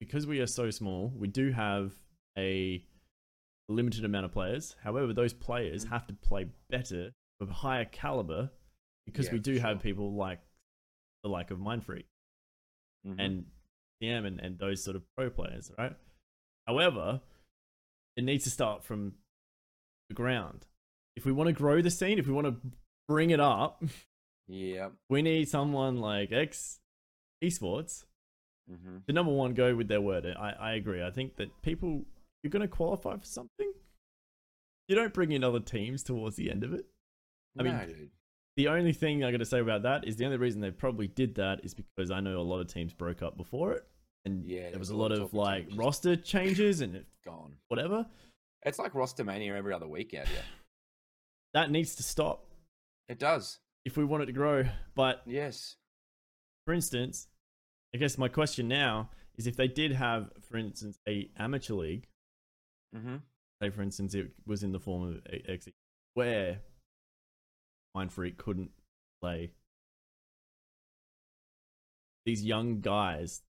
B: because we are so small, we do have a limited amount of players. However, those players
A: Mhm.
B: have to play better of a higher caliber because
A: Yeah,
B: we
A: for
B: do have
A: sure.
B: people like the like of Mind Freak
A: mhm,
B: and DM and, and those sort of pro players, right? However, it needs to start from the ground. if we want to grow the scene, if we want to bring it up,
A: Yeah.
B: we need someone like ex esports
A: Mm-hmm.
B: the number one go with their word. I, I agree. I think that people you're going to qualify for something. You don't bring in other teams towards the end of it. I mean-
A: no, dude.
B: The only thing I got to say about that is the only reason they probably did that is because I know a lot of teams broke up before it, and
A: Yeah,
B: there was a lot of
A: talk of
B: like
A: teams just-
B: roster changes and
A: Gone.
B: whatever.
A: It's like roster mania every other week out here.
B: That needs to stop
A: It does.
B: if we want it to grow. But
A: Yes.
B: for instance, I guess my question now is if they did have, for instance, a amateur league
A: Mm-hmm.
B: say for instance it was in the form of a- X E, where Mind Freak couldn't play these young guys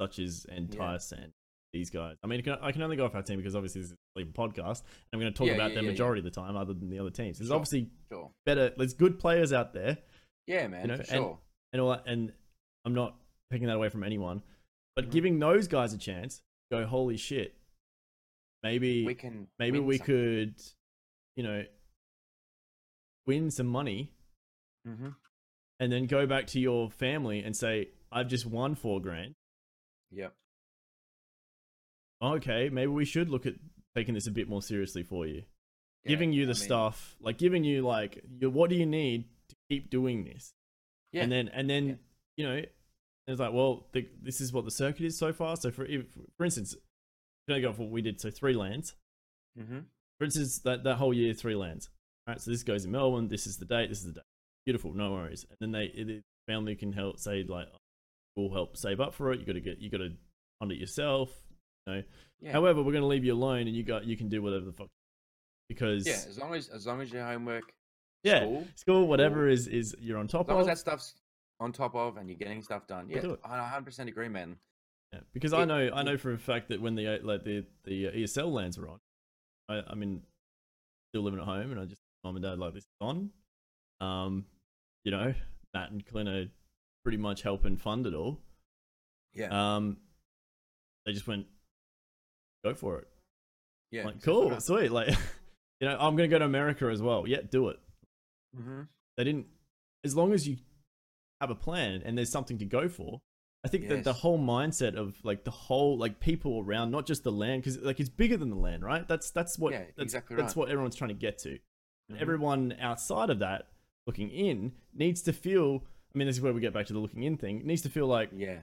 B: such as Entice and these guys. I mean, I can- I can only go off our team because obviously this is a podcast. And I'm going to talk
A: Yeah,
B: about
A: yeah,
B: them
A: yeah, yeah.
B: majority of the time, other than the other teams. There's
A: Sure.
B: obviously
A: Sure.
B: better. There's good players out there,
A: Yeah, man.
B: know,
A: for
B: and-
A: sure.
B: and all. That, and I'm not taking that away from anyone, but
A: Mhm.
B: giving those guys a chance, go holy shit, maybe
A: we can.
B: maybe
A: win
B: we
A: something.
B: could you know win some money
A: Mhm.
B: and then go back to your family and say i've just won four grand
A: Yep.
B: okay maybe we should look at taking this a bit more seriously for you
A: Yeah,
B: giving you the
A: I mean,
B: stuff like giving you like your, what do you need to keep doing this
A: Yeah.
B: and then and then
A: Yeah.
B: you know it's like well the, this is what the circuit is so far so for if, for instance going go off what we did so three lands
A: Mm-hmm.
B: for instance, that, that whole year, three lands. All right, so this goes in Melbourne. This is the date. This is the date. Beautiful, no worries. And then they the family can help say like, we'll help save up for it. You got to get you got to fund it yourself.
A: Yeah.
B: However, we're going to leave you alone, and you got you can do whatever the fuck because
A: yeah. As long as as long as your homework.
B: yeah, school,
A: School,
B: whatever is is you're on
A: as
B: top
A: long as
B: of.
A: that stuff's on top of, and you're getting stuff done.
B: We'll
A: Yeah.
B: do it.
A: I 100 percent agree, man.
B: Yeah, because I
A: it-
B: know I
A: it-
B: know for a fact that when the uh, like the the uh, ESL lands were on, I, I mean, still living at home, and I just mom and dad like this is on. Um, you know, Matt and Clint are pretty much helping fund it all.
A: Yeah.
B: Um, they just went, go for it.
A: Yeah. Uh,
B: like cool, sweet. Like, you know, I'm gonna go to America as well. Yeah, do it.
A: Mm-hmm.
B: They didn't. As long as you have a plan and there's something to go for, I think that the
A: Yes.
B: whole mindset of like the whole like people around, not just the land, because like it's bigger than the land, right? That's that's what
A: Yeah,
B: that's,
A: exactly
B: that's
A: right. Mm-hmm.
B: what everyone's trying to get to. And everyone outside of that looking in needs to feel. I mean, this is where we get back to the looking in thing. Needs to feel like
A: Yeah.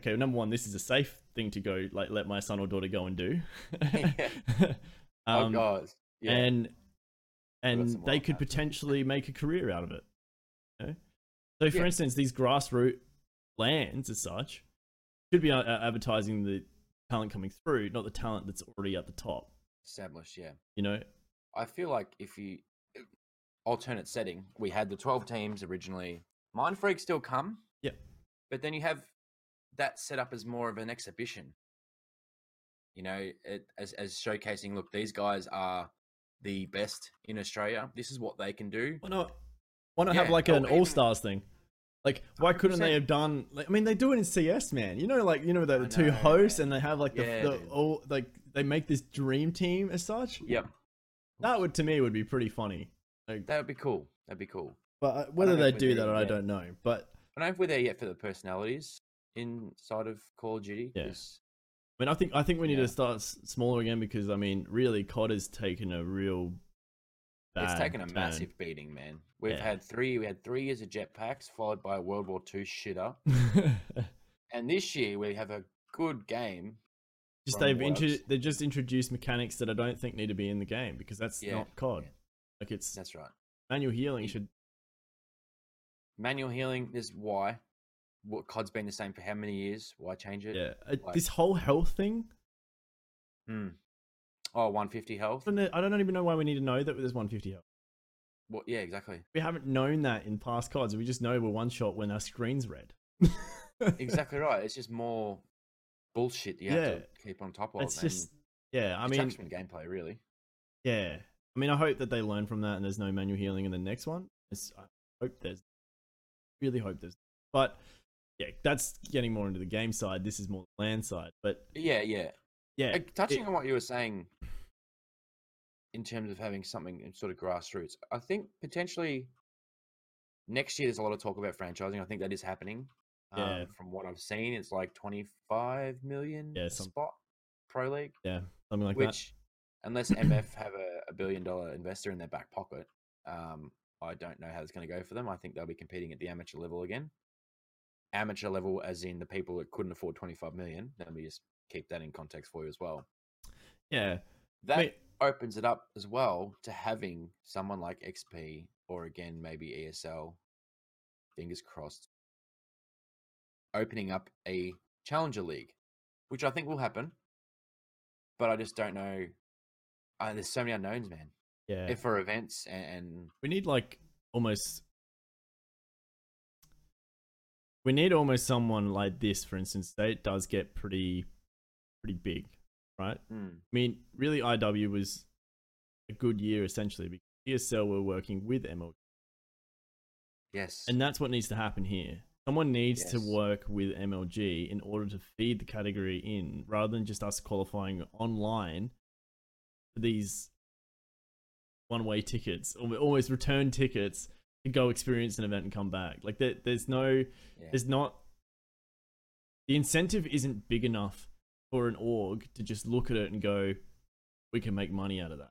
B: okay, number one, this is a safe thing to go like let my son or daughter go and do.
A: Yeah. oh
B: Um,
A: God. Yeah.
B: and
A: some
B: and they
A: wild
B: could
A: cats.
B: potentially make a career out of it. you know? So, for
A: Yeah.
B: instance, these grassroots lands, as such, should be uh, advertising the talent coming through, not the talent that's already at the top.
A: Established. Yeah.
B: You know,
A: I feel like if you alternate setting, we had the twelve teams originally. Mind Freak still come.
B: Yep.
A: But then you have that set up as more of an exhibition. You know, it, as as showcasing. Look, these guys are the best in Australia. This is what they can do.
B: why not? Why not have
A: Yeah,
B: like
A: or
B: an
A: even-
B: all stars thing? Like, why couldn't they
A: 100%.
B: have done? Like, I mean, they do it in CS, man. You know, like you know the,
A: I
B: the two
A: know,
B: hosts,
A: man.
B: and they have like the,
A: Yeah,
B: the
A: dude.
B: all like they make this dream team as such.
A: Yep.
B: That would to me would be pretty funny.
A: That would be cool. That'd be cool.
B: But uh, whether
A: know
B: they
A: if we're
B: do
A: there
B: that, I
A: yet.
B: don't know. But
A: I don't know if we're there yet for the personalities inside of Call of Duty.
B: Yeah.
A: 'cause-
B: I mean, I think I think we need
A: Yeah.
B: to start s- smaller again because I mean, really, COD has taken a real. Bad
A: It's taken a
B: turn.
A: massive beating, man. We've
B: Yeah.
A: had three. We had three years of jetpacks, followed by a World War II shitter, and this year we have a good game.
B: just
A: from
B: they've intro-
A: works.
B: they just introduced mechanics that I don't think need to be in the game because that's
A: Yeah,
B: not COD.
A: yeah.
B: Like it's
A: That's right.
B: manual healing
A: It-
B: should.
A: Manual healing is why. What COD's been the same for how many years? Why change it?
B: Yeah, Uh,
A: like-
B: this whole health thing.
A: Hmm. Oh, 150
B: I
A: health.
B: don't know- I don't even know why we need to know that there's 150 health.
A: What? Yeah, exactly.
B: We haven't known that in past CODs. We just know we're one shot when our screen's red.
A: Exactly right. It's just more bullshit you have to keep on top of.
B: It's just yeah. I
A: I
B: mean,
A: from gameplay, really.
B: Yeah. I mean, I hope that they learn from that and there's no manual healing in the next one. It's, I hope there's, really hope there's. But yeah, that's getting more into the game side. This is more the land side. But
A: Yeah, yeah.
B: yeah,
A: Uh, touching
B: it-
A: on what you were saying in terms of having something in sort of grassroots. I think potentially next year there's a lot of talk about franchising. I think that is happening. Um,
B: Yeah.
A: from what I've seen, it's like 25 million
B: Yeah, some-
A: spot pro league,
B: something like that.
A: which unless MF have a, a billion dollar investor in their back pocket, um, I don't know how it's going to go for them. I think they'll be competing at the amateur level again. Amateur level, as in the people that couldn't afford 25 million. Let me just keep that in context for you as well.
B: Yeah,
A: That
B: Mate,
A: opens it up as well to having someone like XP or again maybe ESL, fingers crossed, opening up a challenger league, which I think will happen. But I just don't know. Uh, there's so many unknowns, man.
B: yeah.
A: If for events and, and
B: we need like almost we need almost someone like this for instance that does get pretty pretty big right i
A: mm,
B: mean really iw was a good year essentially because esl were working with mlg
A: yes,
B: and that's what needs to happen here someone needs to
A: Yes.
B: work with mlg in order to feed the category in rather than just us qualifying online for these one-way tickets al- almost return tickets to go experience an event and come back like there, there's no
A: yeah,
B: there's not the incentive isn't big enough for an org to just look at it and go we can make money out of that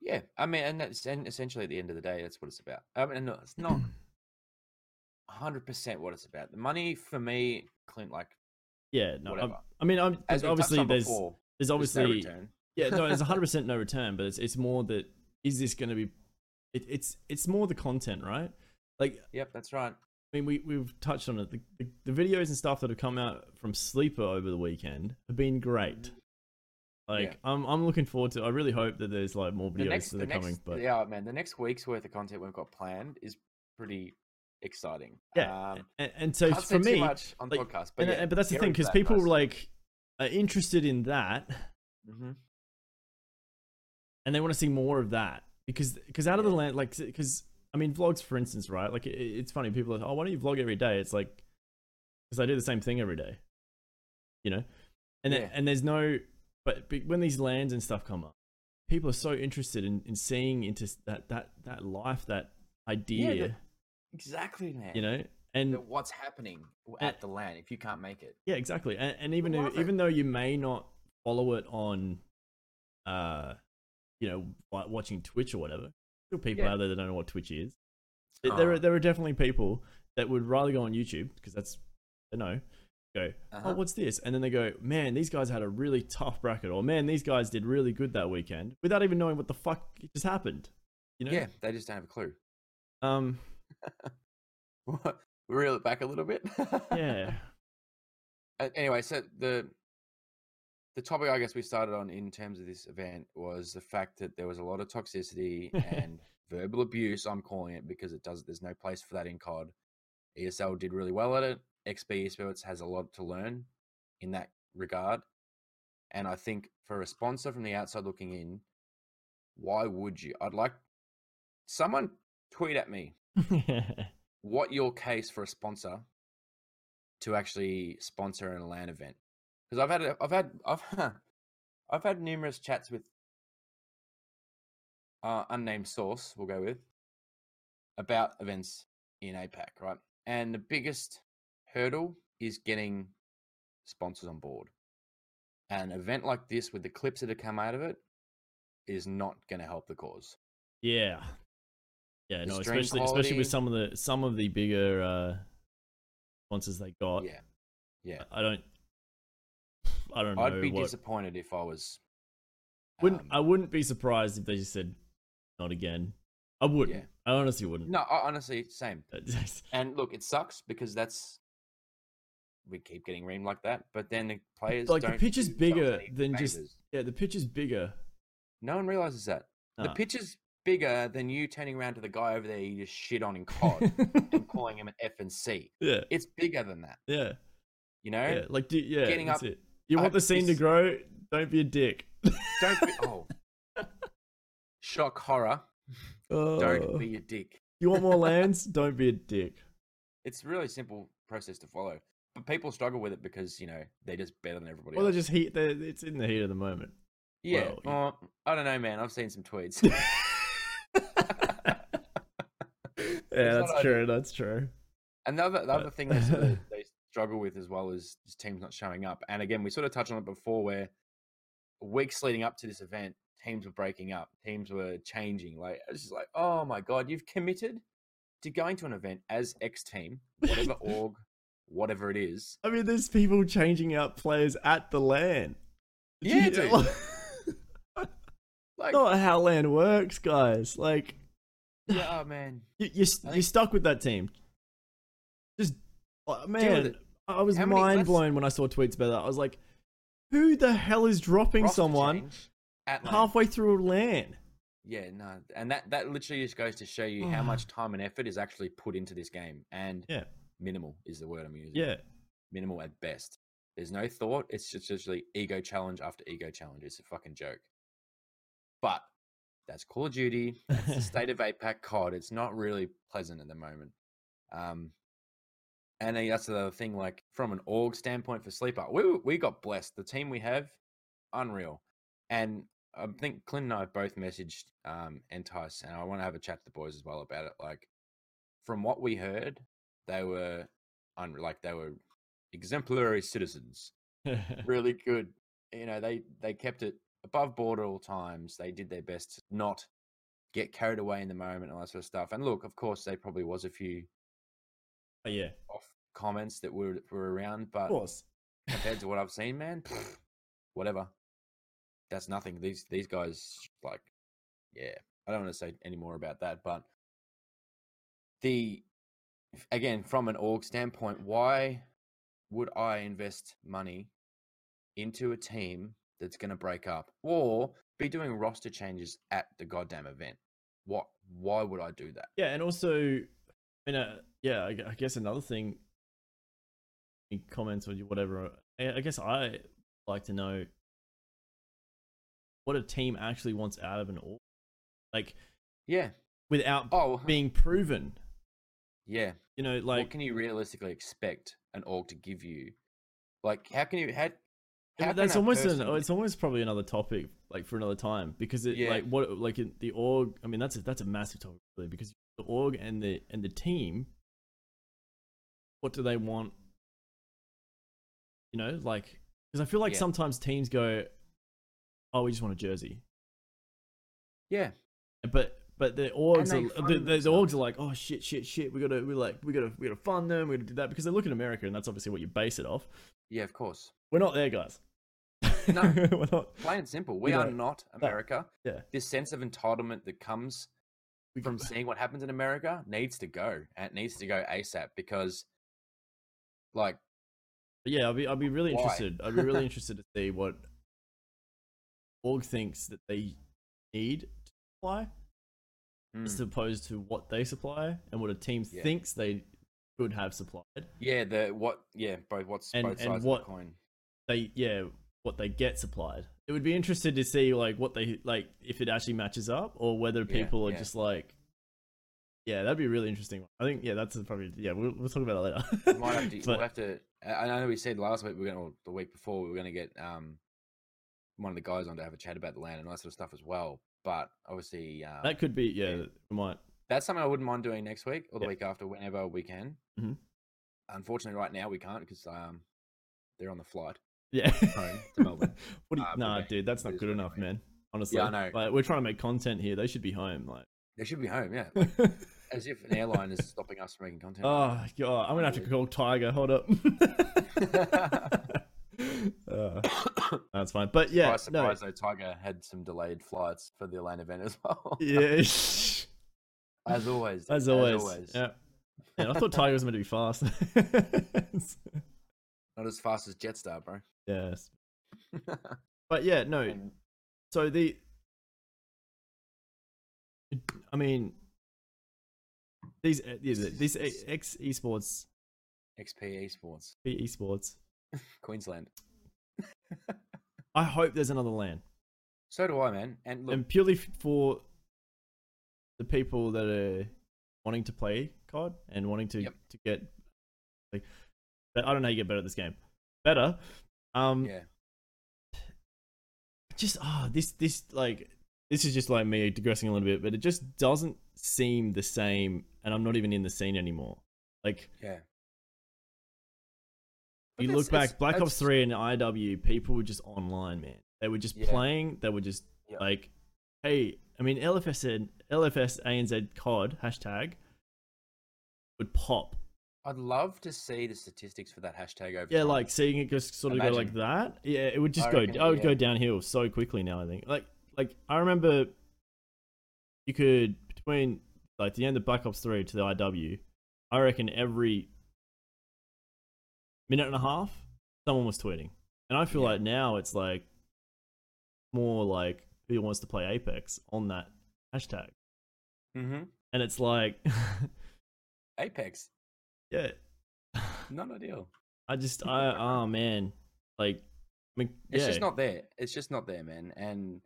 A: yeah. I mean, and that's and essentially at the end of the day, that's what it's about. I mean, no, it's not hundred percent what it's about. The money for me, Clint, like
B: yeah no I'm-
A: whatever.
B: i mean i'm
A: As we touched
B: obviously
A: on
B: there's
A: before, there's
B: there's
A: no
B: obviously
A: return.
B: yeah no there's 100% no return but it's it's more that is this going to be it, it's it's more the content right like
A: Yep, that's right.
B: I mean, we, we've touched on it. The, the, the videos and stuff that have come out from Sleeper over the weekend have been great. Like,
A: Yeah.
B: I'm, I'm looking forward to. I really hope that there's like more
A: The
B: videos
A: next,
B: that
A: the
B: are
A: next,
B: coming. But
A: yeah, man, the next week's worth of content we've got planned is pretty exciting.
B: yeah,
A: um,
B: and, and so
A: can't say
B: for me,
A: too much on
B: like,
A: podcast, but
B: and,
A: yeah,
B: and- but that's the
A: get
B: thing
A: ready for that,
B: because people
A: guys.
B: like are interested in that,
A: Mhm.
B: and they want to see more of that because because out of the
A: Yeah.
B: land like because I mean vlogs for instance, right? Like it, it's funny people are like, oh, why don't you vlog every day? It's like because I do the same thing every day, you know, and then,
A: Yeah.
B: and there's no but, but when these lands and stuff come up, people are so interested in, in seeing into s- that that that life that idea,
A: exactly, man.
B: you know, and
A: That what's happening w-
B: and-
A: at the land if you can't make it?
B: yeah, exactly. And, and even
A: You'll
B: if,
A: love it.
B: even though you may not follow it on, uh, you know, like watching Twitch or whatever, still people
A: Yeah.
B: out there that don't know what Twitch is. Th- There are
A: Oh.
B: there are definitely people that would rather go on YouTube because that's they know. Go, oh,
A: Uh-huh.
B: what's this? And then they go, man, these guys had a really tough bracket, or man, these guys did really good that weekend, without even knowing what the fuck just happened. You know?
A: Yeah, they just don't have a clue.
B: Um.
A: Reel it back a little bit.
B: Yeah.
A: A- Uh, anyway, so the the topic I guess we started on in terms of this event was the fact that there was a lot of toxicity and verbal abuse. I'm calling it because it does. There's no place for that in COD. ESL E did really well at it. XP Spirits has a lot to learn in that regard. And I think for a sponsor from the outside looking in, why would you? I'd like someone tweet at me what your case for a sponsor to actually sponsor an LAN event? Because I've had a- I've had I've I've had numerous chats with uh, unnamed source we'll go with about events in APAC, right? And the biggest hurdle is getting sponsors on board. An event like this with the clips that have come out of it is not going to help the cause.
B: yeah. Yeah.
A: The
B: No.
A: stream
B: Especially especially
A: quality.
B: with some of the some of the bigger uh, sponsors they got.
A: Yeah, yeah.
B: I don't. I don't know.
A: I'd be
B: what-
A: disappointed if I was.
B: wouldn't
A: um,
B: I wouldn't be surprised if they just said, "Not again." I wouldn't.
A: Yeah.
B: I honestly wouldn't.
A: No, I, honestly, same.
B: That's-
A: And look, it sucks because that's we keep getting reamed like that. But then the players
B: like, the
A: don't
B: pitch is
A: do themselves
B: bigger
A: any
B: than just-
A: favours.
B: yeah, the pitch is bigger.
A: no one realizes that the
B: Nah.
A: pitch is bigger than you turning around to the guy over there you just shit on in COD and calling him an F and C.
B: yeah,
A: It's bigger than that,
B: yeah,
A: you know.
B: yeah. Like, do, yeah,
A: Getting
B: that's
A: up-
B: it. You want
A: uh,
B: the scene to
A: this-
B: grow? Don't be a dick.
A: Don't be oh shock horror. Don't
B: Uh,
A: be a dick.
B: You want more lands? Don't be a dick.
A: It's a really simple process to follow, but people struggle with it because you know they're just better than everybody.
B: Well,
A: else.
B: they're just heat. They're, it's in the heat of the moment.
A: Yeah.
B: Well,
A: oh, I don't know, man. I've seen some tweets.
B: yeah,
A: That's
B: that's
A: what I
B: true. That's true.
A: And the other, the
B: But-
A: other thing they, sort of, they struggle with as well is just teams not showing up. And again, we sort of touched on it before where weeks leading up to this event, teams were breaking up, teams were changing. Like, it's just like, oh my God, you've committed to going to an event as X team, whatever org, whatever it is.
B: I mean, there's people changing out players at the LAN. Do
A: Yeah,
B: you-
A: dude.
B: like,
A: Like,
B: not how LAN works, guys. Like,
A: yeah, oh, man.
B: you, you're, st-
A: I
B: you're
A: think-
B: stuck with that team. Just, oh, man,
A: it.
B: I was
A: How many-
B: mind
A: let's-
B: blown when I saw tweets about that. I was like, who the hell is dropping
A: roster
B: someone
A: change at like,
B: halfway through a LAN?
A: Yeah, no, and that that literally just goes to show you how much time and effort is actually put into this game, and
B: Mm. Yeah.
A: minimal is the word I'm using.
B: Yeah.
A: minimal at best. There's no thought. It's just literally ego challenge after ego challenge. It's a fucking joke. But that's Call of Duty. That's the state of APAC COD. It's not really pleasant at the moment. Um, and then that's the other thing. Like from an org standpoint for Sleeper, we were- we got blessed. The team we have, unreal. And I think Clint and I have both messaged um, Entice, and I want to have a chat to the boys as well about it. Like from what we heard, they were un- like they were exemplary citizens. Really good. You know, they they kept it above board at all times. They did their best to not get carried away in the moment and all that sort of stuff. And look, of course, there probably was a few
B: But yeah.
A: off comments that were were around,
B: Of
A: but
B: course.
A: compared to what I've seen, man, whatever. That's nothing. These these guys like, yeah. I don't want to say any more about that, but the f- again from an org standpoint, why would I invest money into a team that's going to break up or be doing roster changes at the goddamn event? What? Why would I do that?
B: Yeah, and also, I mean, uh, yeah, I, gu- I guess another thing, any comments or whatever. I, I guess I like to know what a team actually wants out of an org, like
A: Yeah.
B: without
A: Oh,
B: being proven.
A: yeah.
B: You know, like
A: what can you realistically expect an org to give you? Like, how can you? How,
B: Yeah,
A: how
B: but
A: can
B: that's
A: that
B: almost an,
A: person-
B: oh, it's almost probably another topic like for another time because it
A: Yeah.
B: like what like in the org i mean that's a, that's a massive topic really because the org and the and the team what do they want you know like because i feel like
A: Yeah.
B: sometimes teams go oh we just want a jersey
A: yeah,
B: but but the orgs
A: they
B: are,
A: fund
B: the, the, the
A: themselves.
B: orgs are like oh shit shit shit we gotta we like we gotta we gotta fund them we gotta do that because they look at america and that's obviously what you base it off
A: yeah, of course.
B: we're not there guys
A: No.
B: we're not
A: Plain and simple, we
B: You
A: are
B: know,
A: not America.
B: yeah.
A: This sense of entitlement that comes
B: We-
A: from seeing what happens in America needs to go, and it needs to go ASAP because, like,
B: But yeah, I'll be I'll be really
A: Why?
B: interested. I'll be really interested to see what org thinks that they need to supply
A: mm,
B: as opposed to what they supply and what a team
A: Yeah.
B: thinks they could have supplied.
A: yeah, the what, yeah, both what's
B: And-
A: both
B: and
A: sides of
B: what-
A: the coin.
B: They yeah, what they get supplied. It would be interested to see like what they like if it actually matches up or whether
A: Yeah,
B: people are
A: yeah.
B: just like yeah, that'd be a really interesting. one. I think yeah, that's probably yeah. We'll, we'll talk about that
A: We
B: later.
A: might have to.
B: But-
A: we'll have to. I I know we said last week we we're going to the week before we were going to get um one of the guys on to have a chat about the land and all that sort of stuff as well. But obviously, um,
B: that could be yeah.
A: yeah.
B: We might
A: that's something I wouldn't mind doing next week or the
B: Yeah.
A: week after, whenever we can.
B: Mhm.
A: Unfortunately, right now we can't because um they're on the flight
B: yeah.
A: home to Melbourne.
B: What do you,
A: Uh, but
B: nah,
A: they-
B: dude, that's
A: it
B: not
A: is
B: good
A: what it
B: enough,
A: is.
B: man. Honestly,
A: know.
B: Like, we're trying to make content here. They should be home.
A: They should be home, yeah.
B: Like,
A: As if an airline is stopping us from making content.
B: oh god, I'm gonna have to call Tiger. Hold up. Uh, that's fine. But yeah,
A: surprise, surprise though, Tiger had some delayed flights for the Atlanta event as well.
B: no, yeah. as
A: as always.
B: always, yeah. Man, I thought Tiger was meant to be fast.
A: Not as fast as Jetstar, bro.
B: yes, but yeah, no.
A: And-
B: So the, I mean, these uh, these these ex E, esports
A: XP Esports,
B: esports
A: Queensland.
B: I hope there's another land,
A: So do I, man. And look,
B: and purely f- for the people that are wanting to play COD and wanting to
A: Yep.
B: to get like, but I don't know how you get better at this game. Better, um,
A: yeah,
B: just ah this this like this is just like me digressing a little bit, but it just doesn't seem the same, and I'm not even in the scene anymore. Like
A: Yeah. But
B: you
A: that's-
B: look back,
A: it's-
B: Black Ops
A: that's-
B: Three and IW, people were just online, man. They were just
A: Yeah.
B: playing. They were just
A: Yeah.
B: like, hey, I mean, LFS said LFS ANZ COD hashtag would pop.
A: I'd love to see the statistics for that hashtag over.
B: Yeah,
A: time.
B: like seeing it just sort of go like
A: Imagine.
B: that. Yeah, it would just
A: I
B: go.
A: reckon,
B: I would go
A: yeah.
B: downhill so quickly now. I think like like I remember you could between like the end of Black Ops Three to the IW, I reckon every minute and a half someone was tweeting, and I feel
A: Yeah.
B: like now it's like more like who wants to play Apex on that hashtag,
A: hmm
B: and it's like
A: Apex,
B: yeah,
A: not ideal.
B: I just I oh man, like I mean,
A: It's
B: yeah.
A: just not there. It's just not there, man. And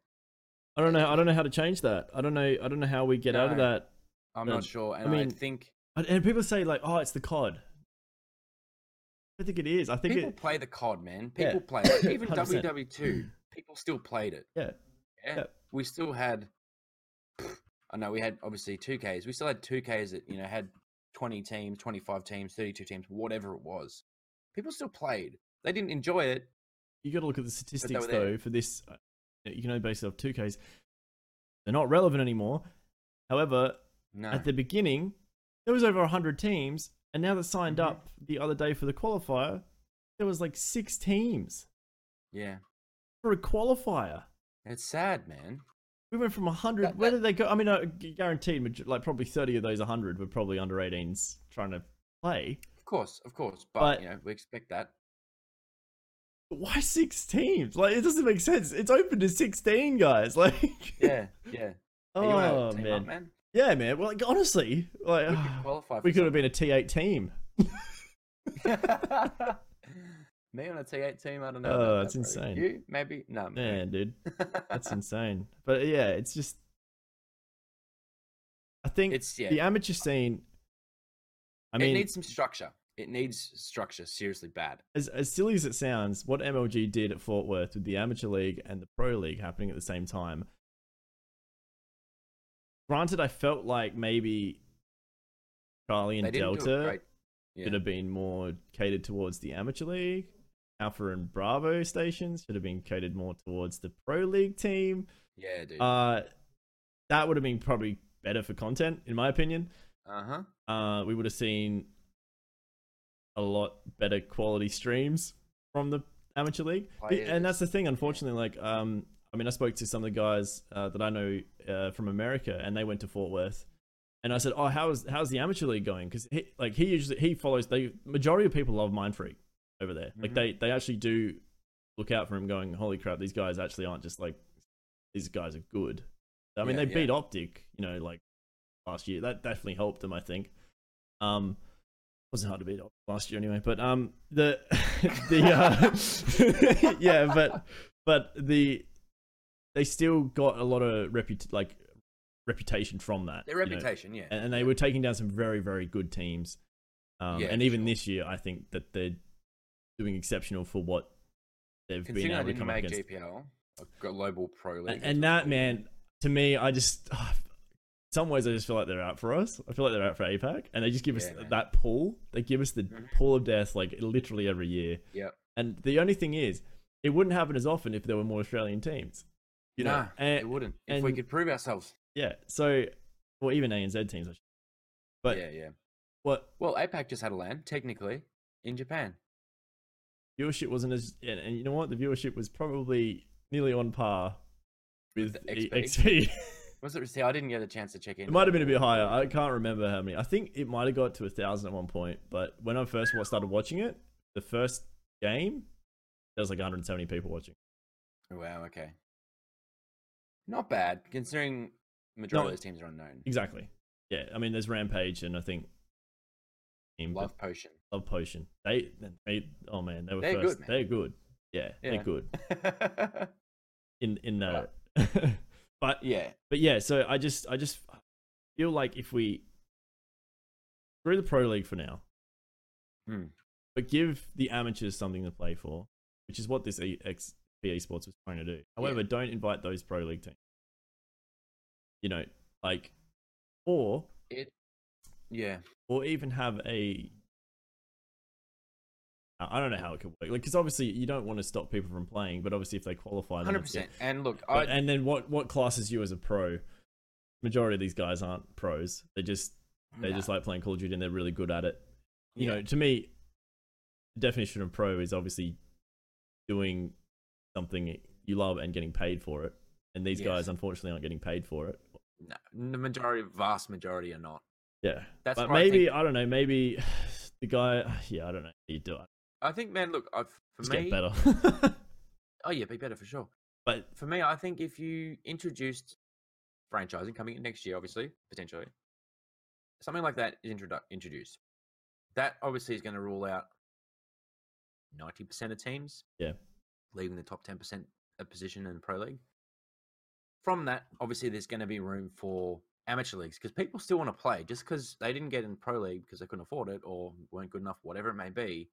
B: I don't know. I don't know how to change that. I don't know. I don't know how we get out of
A: No.
B: that.
A: I'm
B: No,
A: not sure. And I,
B: mean,
A: think
B: And- And people say like, "Oh, it's the COD." I think it is. I think
A: people
B: it.
A: play the COD, man.
B: Yeah.
A: People play it. Even
B: 100%.
A: WW2, people still played it.
B: Yeah.
A: Yeah.
B: Yeah.
A: We still had. I know we had obviously two Ks. We still had two Ks that you know had twenty teams, twenty five teams, thirty two teams, whatever it was. People still played. They didn't enjoy it.
B: You got to look at the statistics
A: were there.
B: though for this. uh, You can only base it off two Ks. They're not relevant anymore. However,
A: No.
B: at the beginning, there was over hundred teams, and now that signed
A: Mhm.
B: up the other day for the qualifier, there was like six teams
A: yeah.
B: for a qualifier.
A: It's sad, man.
B: We went from 100.
A: That-
B: where did they go? I mean, I guaranteed, maj- like, probably 30 of those 100 were probably under 18s trying to play.
A: Of course, of course. But,
B: But-
A: you know, we expect that.
B: But why six teams? Like, it doesn't make sense. It's open to 16, guys. Like,
A: Yeah, yeah. Hey, you wanna
B: oh,
A: team
B: man.
A: up, man?
B: Yeah, man. Well, like, honestly, like,
A: We
B: we
A: could
B: could,
A: qualify. For
B: have been a T8 team.
A: something. Me on a T8 team, I don't know.
B: Oh,
A: about
B: that's
A: that, bro.
B: insane.
A: You maybe? No, me.
B: Man, dude, that's insane. But yeah, it's just. I think
A: It's- yeah.
B: the amateur scene. I mean,
A: it needs some structure. It needs structure, seriously bad.
B: as, as silly as it sounds, what MLG did at Fort Worth with the amateur league and the pro league happening at the same time. Granted, I felt like maybe Charlie
A: They
B: and
A: didn't do it
B: Delta
A: great. Yeah.
B: should have been more catered towards the amateur league. Alpha and Bravo stations should have been catered more towards the pro league team.
A: yeah, dude. Uh
B: Uh, that would have been probably better for content, in my opinion
A: huh.
B: uh, we would have seen a lot better quality streams from the amateur league.
A: Players.
B: And that's the thing, unfortunately. Like, um, I mean, I spoke to some of the guys uh, that I know uh, from America, and they went to Fort Worth. And I said, "Oh, how's how's the amateur league going?" Because he like he usually he follows. They majority of people love Mind Freak over there. Like
A: Mhm.
B: they they actually do look out for him. Going, holy crap, these guys actually aren't just like these guys are good. I mean,
A: Yeah,
B: they
A: yeah.
B: beat Optic, you know, like last year. That definitely helped them, I think. Um, wasn't hard to beat Optic last year anyway. But um, the the uh, yeah, but but the they still got a lot of reput like reputation from that.
A: Their
B: you know.
A: reputation, yeah.
B: and, and they were taking down some very very good teams. Um,
A: Yeah,
B: and
A: for
B: even
A: sure.
B: this year, I think that they're doing exceptional for what they've been
A: Considering I
B: able to
A: didn't
B: come up
A: make
B: against.
A: GPL, a global pro league.
B: And,
A: it's
B: and that
A: cool.
B: man, to me, I just some ways I just feel like they're out for us. I feel like they're out for APAC, and they just give us
A: Yeah, man.
B: that pull. They give us the
A: Mhm.
B: pull of death, like literally every year.
A: Yep.
B: And the only thing is, it wouldn't happen as often if there were more Australian teams. You know,
A: nah,
B: And-
A: it wouldn't. If we
B: and-
A: could prove ourselves.
B: yeah. So, or even ANZ teams. I should- But
A: yeah, yeah.
B: what
A: Well, APAC just had a land, technically, in Japan.
B: viewership wasn't as, and, and you know what, the viewership was probably nearly on par with E
A: the XP.
B: XP.
A: Was it? See, I didn't get a chance to check in.
B: It might have been a bit higher. I can't remember how many. I think it might have got to a thousand at one point. But when I first wa- started watching it, the first game, there was like 170 people watching.
A: Wow. Okay. Not bad considering majority
B: No.
A: of those teams are unknown.
B: Exactly. Yeah. I mean, there's Rampage and I think team, but
A: Love Potion.
B: Love Potion. They, they, oh man, they were
A: They're
B: first.
A: good, man.
B: They're good. Yeah,
A: Yeah.
B: they're good
A: yeah.
B: in in that. but but yeah, so I just I just feel like if we through the pro league for now,
A: Hmm.
B: but give the amateurs something to play for, which is what this EX PE Sports was trying to do. However, don't invite those pro league teams. You know, like, or
A: Yeah.
B: or even have a. I I don't know how it could work, like because obviously you don't want to stop people from playing, but obviously if they qualify, then
A: Hundred
B: that's it.
A: percent. And look,
B: But,
A: I
B: and then what what classes you as a pro? Majority of these guys aren't pros. They just they
A: nah.
B: just like playing Call of Duty and they're really good at it. You
A: Yeah.
B: know, to me, the definition of pro is obviously doing something you love and getting paid for it. And these
A: Yes.
B: guys, unfortunately, aren't getting paid for it.
A: no, the majority, vast majority, are not.
B: Yeah,
A: That's
B: but
A: why I think-
B: maybe I, don't know. Maybe the guy. Yeah, I don't know. How you do it.
A: I think, man, look, I've, for
B: Just
A: me,
B: get better.
A: oh yeah, be better for sure.
B: but
A: For me, I think if you introduced franchising coming in next year, obviously potentially something like that is introdu- introduced. That obviously is going to rule out ninety percent of teams.
B: Yeah.
A: leaving the top ten percent of position in the pro league. From that, obviously, there's going to be room for amateur leagues because people still want to play. Just because they didn't get in pro league because they couldn't afford it or weren't good enough, whatever it may be,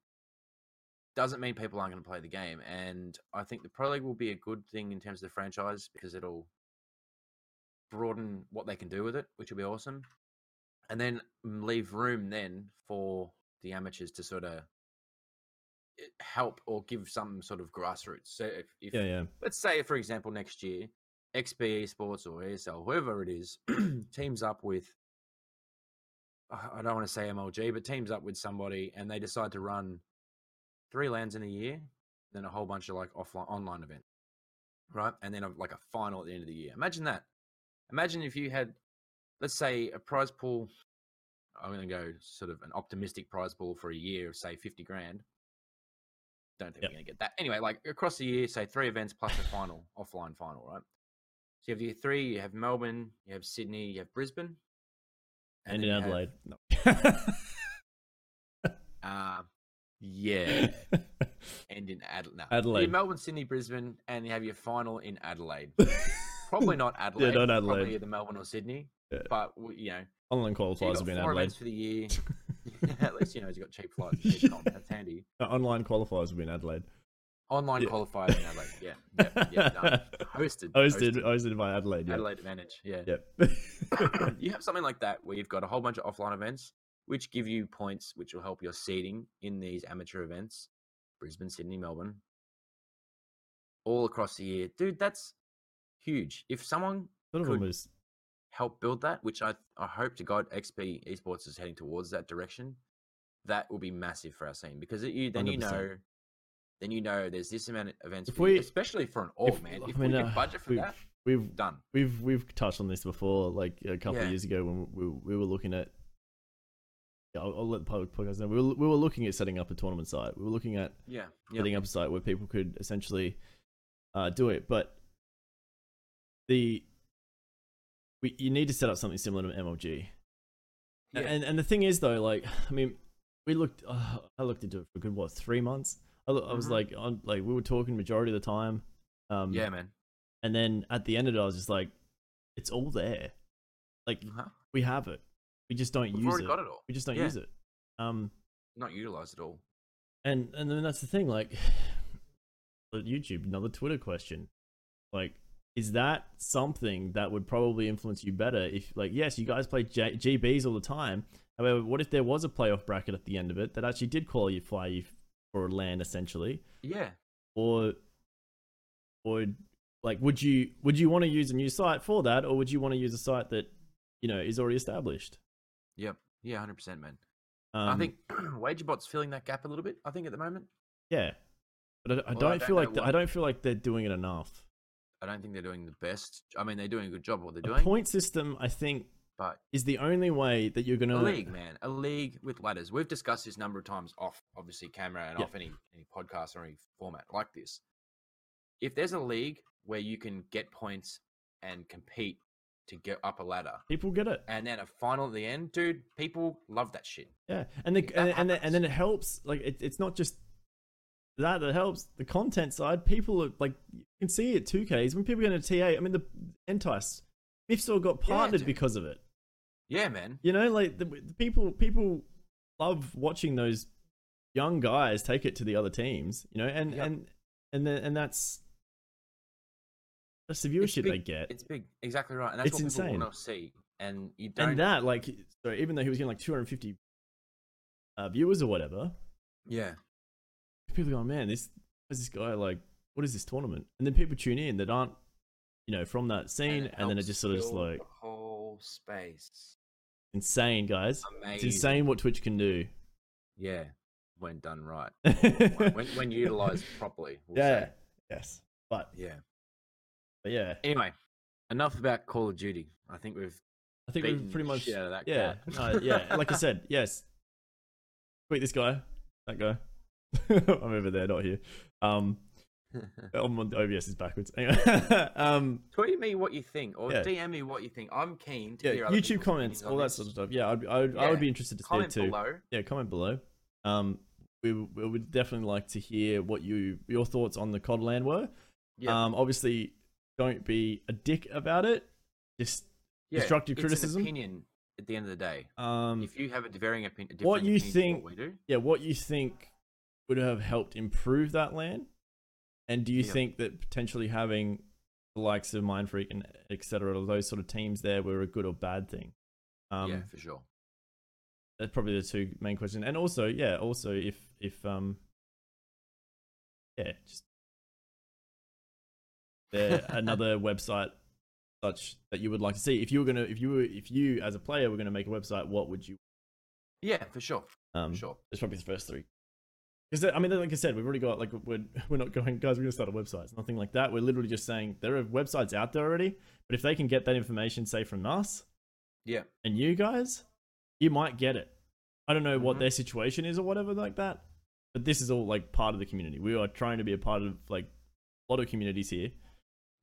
A: doesn't mean people aren't going to play the game. And I think the Pro League will be a good thing in terms of the franchise because it'll broaden what they can do with it, which will be awesome. And then mm, leave room then for the amateurs to sort of help or give some sort of grassroots. So if, if
B: yeah, yeah,
A: let's say, for example, next year, XBE Sports or ASL, whoever it is, teams up with, I I don't want to say MLG, but teams up with somebody and they decide to run three lands in a year, then a whole bunch of like offline online events, right? And then a, like a final at the end of the year. Imagine that. Imagine if you had, let's say, a prize pool. I'm going to go sort of an optimistic prize pool for a year of say 50 grand don't think
B: Yep.
A: we're going to get that. Anyway, like across the year, say three events plus a final, offline final, right? So you have your three, you have Melbourne, you have Sydney, you have Brisbane. then
B: and, in
A: you have,
B: Adelaide,
A: uh, yeah, and in Ad- no. You
B: Adelaide.
A: have Melbourne, Sydney, Brisbane, and you have your final in Adelaide. Probably not Adelaide.
B: not Adelaide.
A: Probably either Melbourne or Sydney.
B: Yeah.
A: But, w- you know,
B: online
A: so you
B: qualifiers
A: got
B: have been
A: four
B: Adelaide.
A: events for the year. At least, you know, he's got cheap flights. cheap comp, That's handy.
B: Uh, Online qualifiers have been Adelaide.
A: Online
B: Yeah.
A: qualifiers in Adelaide. Yeah. Yeah. yeah done. Hosted.
B: Hosted, hosted by Adelaide. Yeah.
A: Adelaide Advantage. Yeah.
B: Yep.
A: you have something like that where you've got a whole bunch of offline events which give you points which will help your seeding in these amateur events brisbane sydney melbourne all across the year dude that's huge if someone
B: sort of
A: Could-
B: almost
A: helped build that which i i hope to god xp esports is heading towards that direction that will be massive for our scene because it, you then you
B: 100%.
A: know then you know there's this amount of events
B: If
A: for you,
B: we-
A: especially for an org
B: if-
A: Oh, man
B: I
A: if
B: mean,
A: we
B: uh,
A: can budget for
B: we-
A: that
B: we've
A: done
B: we've we've touched on this before, like a couple of
A: Yeah.
B: years ago when we, we were looking at. Yeah, I'll, I'll let the public podcast know. We were, we were looking at setting up a tournament site. We were looking at
A: yeah yeah
B: setting up a site where people could essentially uh, do it, but the we, you need to set up something similar to MLG.
A: Yeah.
B: And and the thing is though, like I mean, we looked. Uh, I looked into it for a good what three months. I, lo- I was
A: Mhm.
B: like, on, like we were talking majority of the time. Um,
A: yeah man
B: and then at the end of it, I was just like, it's all there. Like
A: uh-huh.
B: we have it. We just don't
A: we've
B: use
A: already
B: it.
A: got it all
B: We just don't
A: Yeah.
B: use it. Um,
A: not utilized at all.
B: and and then that's the thing. Like, but YouTube, another Twitter question. Like, is that something that would probably influence you better? If like, yes, you guys play J- GBs all the time. However, what if there was a playoff bracket at the end of it that actually did qualify you for a land essentially?
A: Yeah,
B: or or like would you would you want to use a new site for that or would you want to use a site that you know is already established
A: yeah, hundred percent, man.
B: um,
A: I think WagerBot's filling that gap a little bit. I think at the moment,
B: yeah but
A: Well, I
B: i, I don't
A: don't
B: feel like
A: know
B: th-
A: what-
B: i don't feel like they're doing it enough
A: I don't think they're doing the best. I mean, they're doing a good job of what they're
B: a
A: doing,
B: point system i think
A: but
B: is the only way that you're gonna
A: a league, man, a league with ladders. We've discussed this number of times off, obviously, camera and
B: Yeah.
A: off any any podcast or any format like this. If there's a league where you can get points and compete to get up a ladder,
B: people get it
A: and then a final at the end, dude, people love that shit.
B: yeah and the,
A: If that
B: and, and, the,
A: happens-
B: and then it helps like it, it's not just that that helps the content side people are like you can see it 2ks when people go into ta i mean the entice fifth all got
A: Yeah,
B: partnered
A: dude.
B: because of it
A: Yeah, man.
B: you know like the, the people people love watching those young guys take it to the other teams you know and
A: Yep.
B: and and then and that's That's the viewership
A: big-
B: they get.
A: It's big, exactly right, and that's
B: It's
A: what people
B: insane.
A: want to see. And you don't.
B: And that, like, so even though he was getting like 250 uh, viewers or whatever,
A: yeah,
B: people are going, man, this what's this guy like? What is this tournament? And then people tune in that aren't, you know, from that scene, and, then it
A: helps
B: just sort of just
A: fill
B: like
A: the whole space.
B: insane, guys. It's
A: Amazing.
B: insane what Twitch can do.
A: Yeah, when done right,
B: when,
A: when when utilized properly. we'll
B: yeah,
A: say.
B: yes, but,
A: yeah.
B: but yeah,
A: Anyway, enough about Call of Duty. I think we've
B: I think
A: beaten
B: we've pretty
A: the
B: much
A: shit out of that
B: yeah,
A: cat.
B: no, yeah. Like I said, yes. Tweet this guy, that guy. I'm over there, not here. Um, I'm on OBS is backwards. Anyway, um,
A: Tweet me what you think, or
B: Yeah.
A: DM me what you think. I'm keen to
B: yeah,
A: hear other
B: YouTube
A: people's
B: comments,
A: opinions on
B: all that
A: this.
B: sort of stuff. Yeah, I'd, I'd, I
A: Yeah.
B: would be interested to
A: Comment
B: see it too.
A: below.
B: Yeah, comment below. Um, we, we would definitely like to hear what you your thoughts on the Codland were.
A: Yeah,
B: Um, obviously, don't be a dick about it. Just
A: yeah,
B: constructive
A: it's
B: criticism?
A: An opinion at the end of the day.
B: um,
A: If you have a varying opinion,
B: What you think-
A: what we do?
B: yeah, what you think would have helped improve that land, and do you
A: Yeah.
B: think that potentially having the likes of Mind Freak and etc. those sort of teams there were a good or bad thing? Um,
A: yeah, for sure.
B: that's probably the two main questions. And also, yeah, also if if um, yeah, just there another website such that you would like to see. If you were gonna, if you were, if you as a player were gonna make a website, what would you?
A: Yeah, for sure.
B: Um,
A: For sure.
B: It's probably the first three. Because I mean, like I said, we've already got like we're we're not going, guys. We're gonna start a website. It's nothing like that. We're literally just saying there are websites out there already. But if they can get that information, say from us,
A: Yeah.
B: and you guys, you might get it. I don't know what
A: Mhm.
B: their situation is or whatever like that, but this is all like part of the community. We are trying to be a part of like a lot of communities here,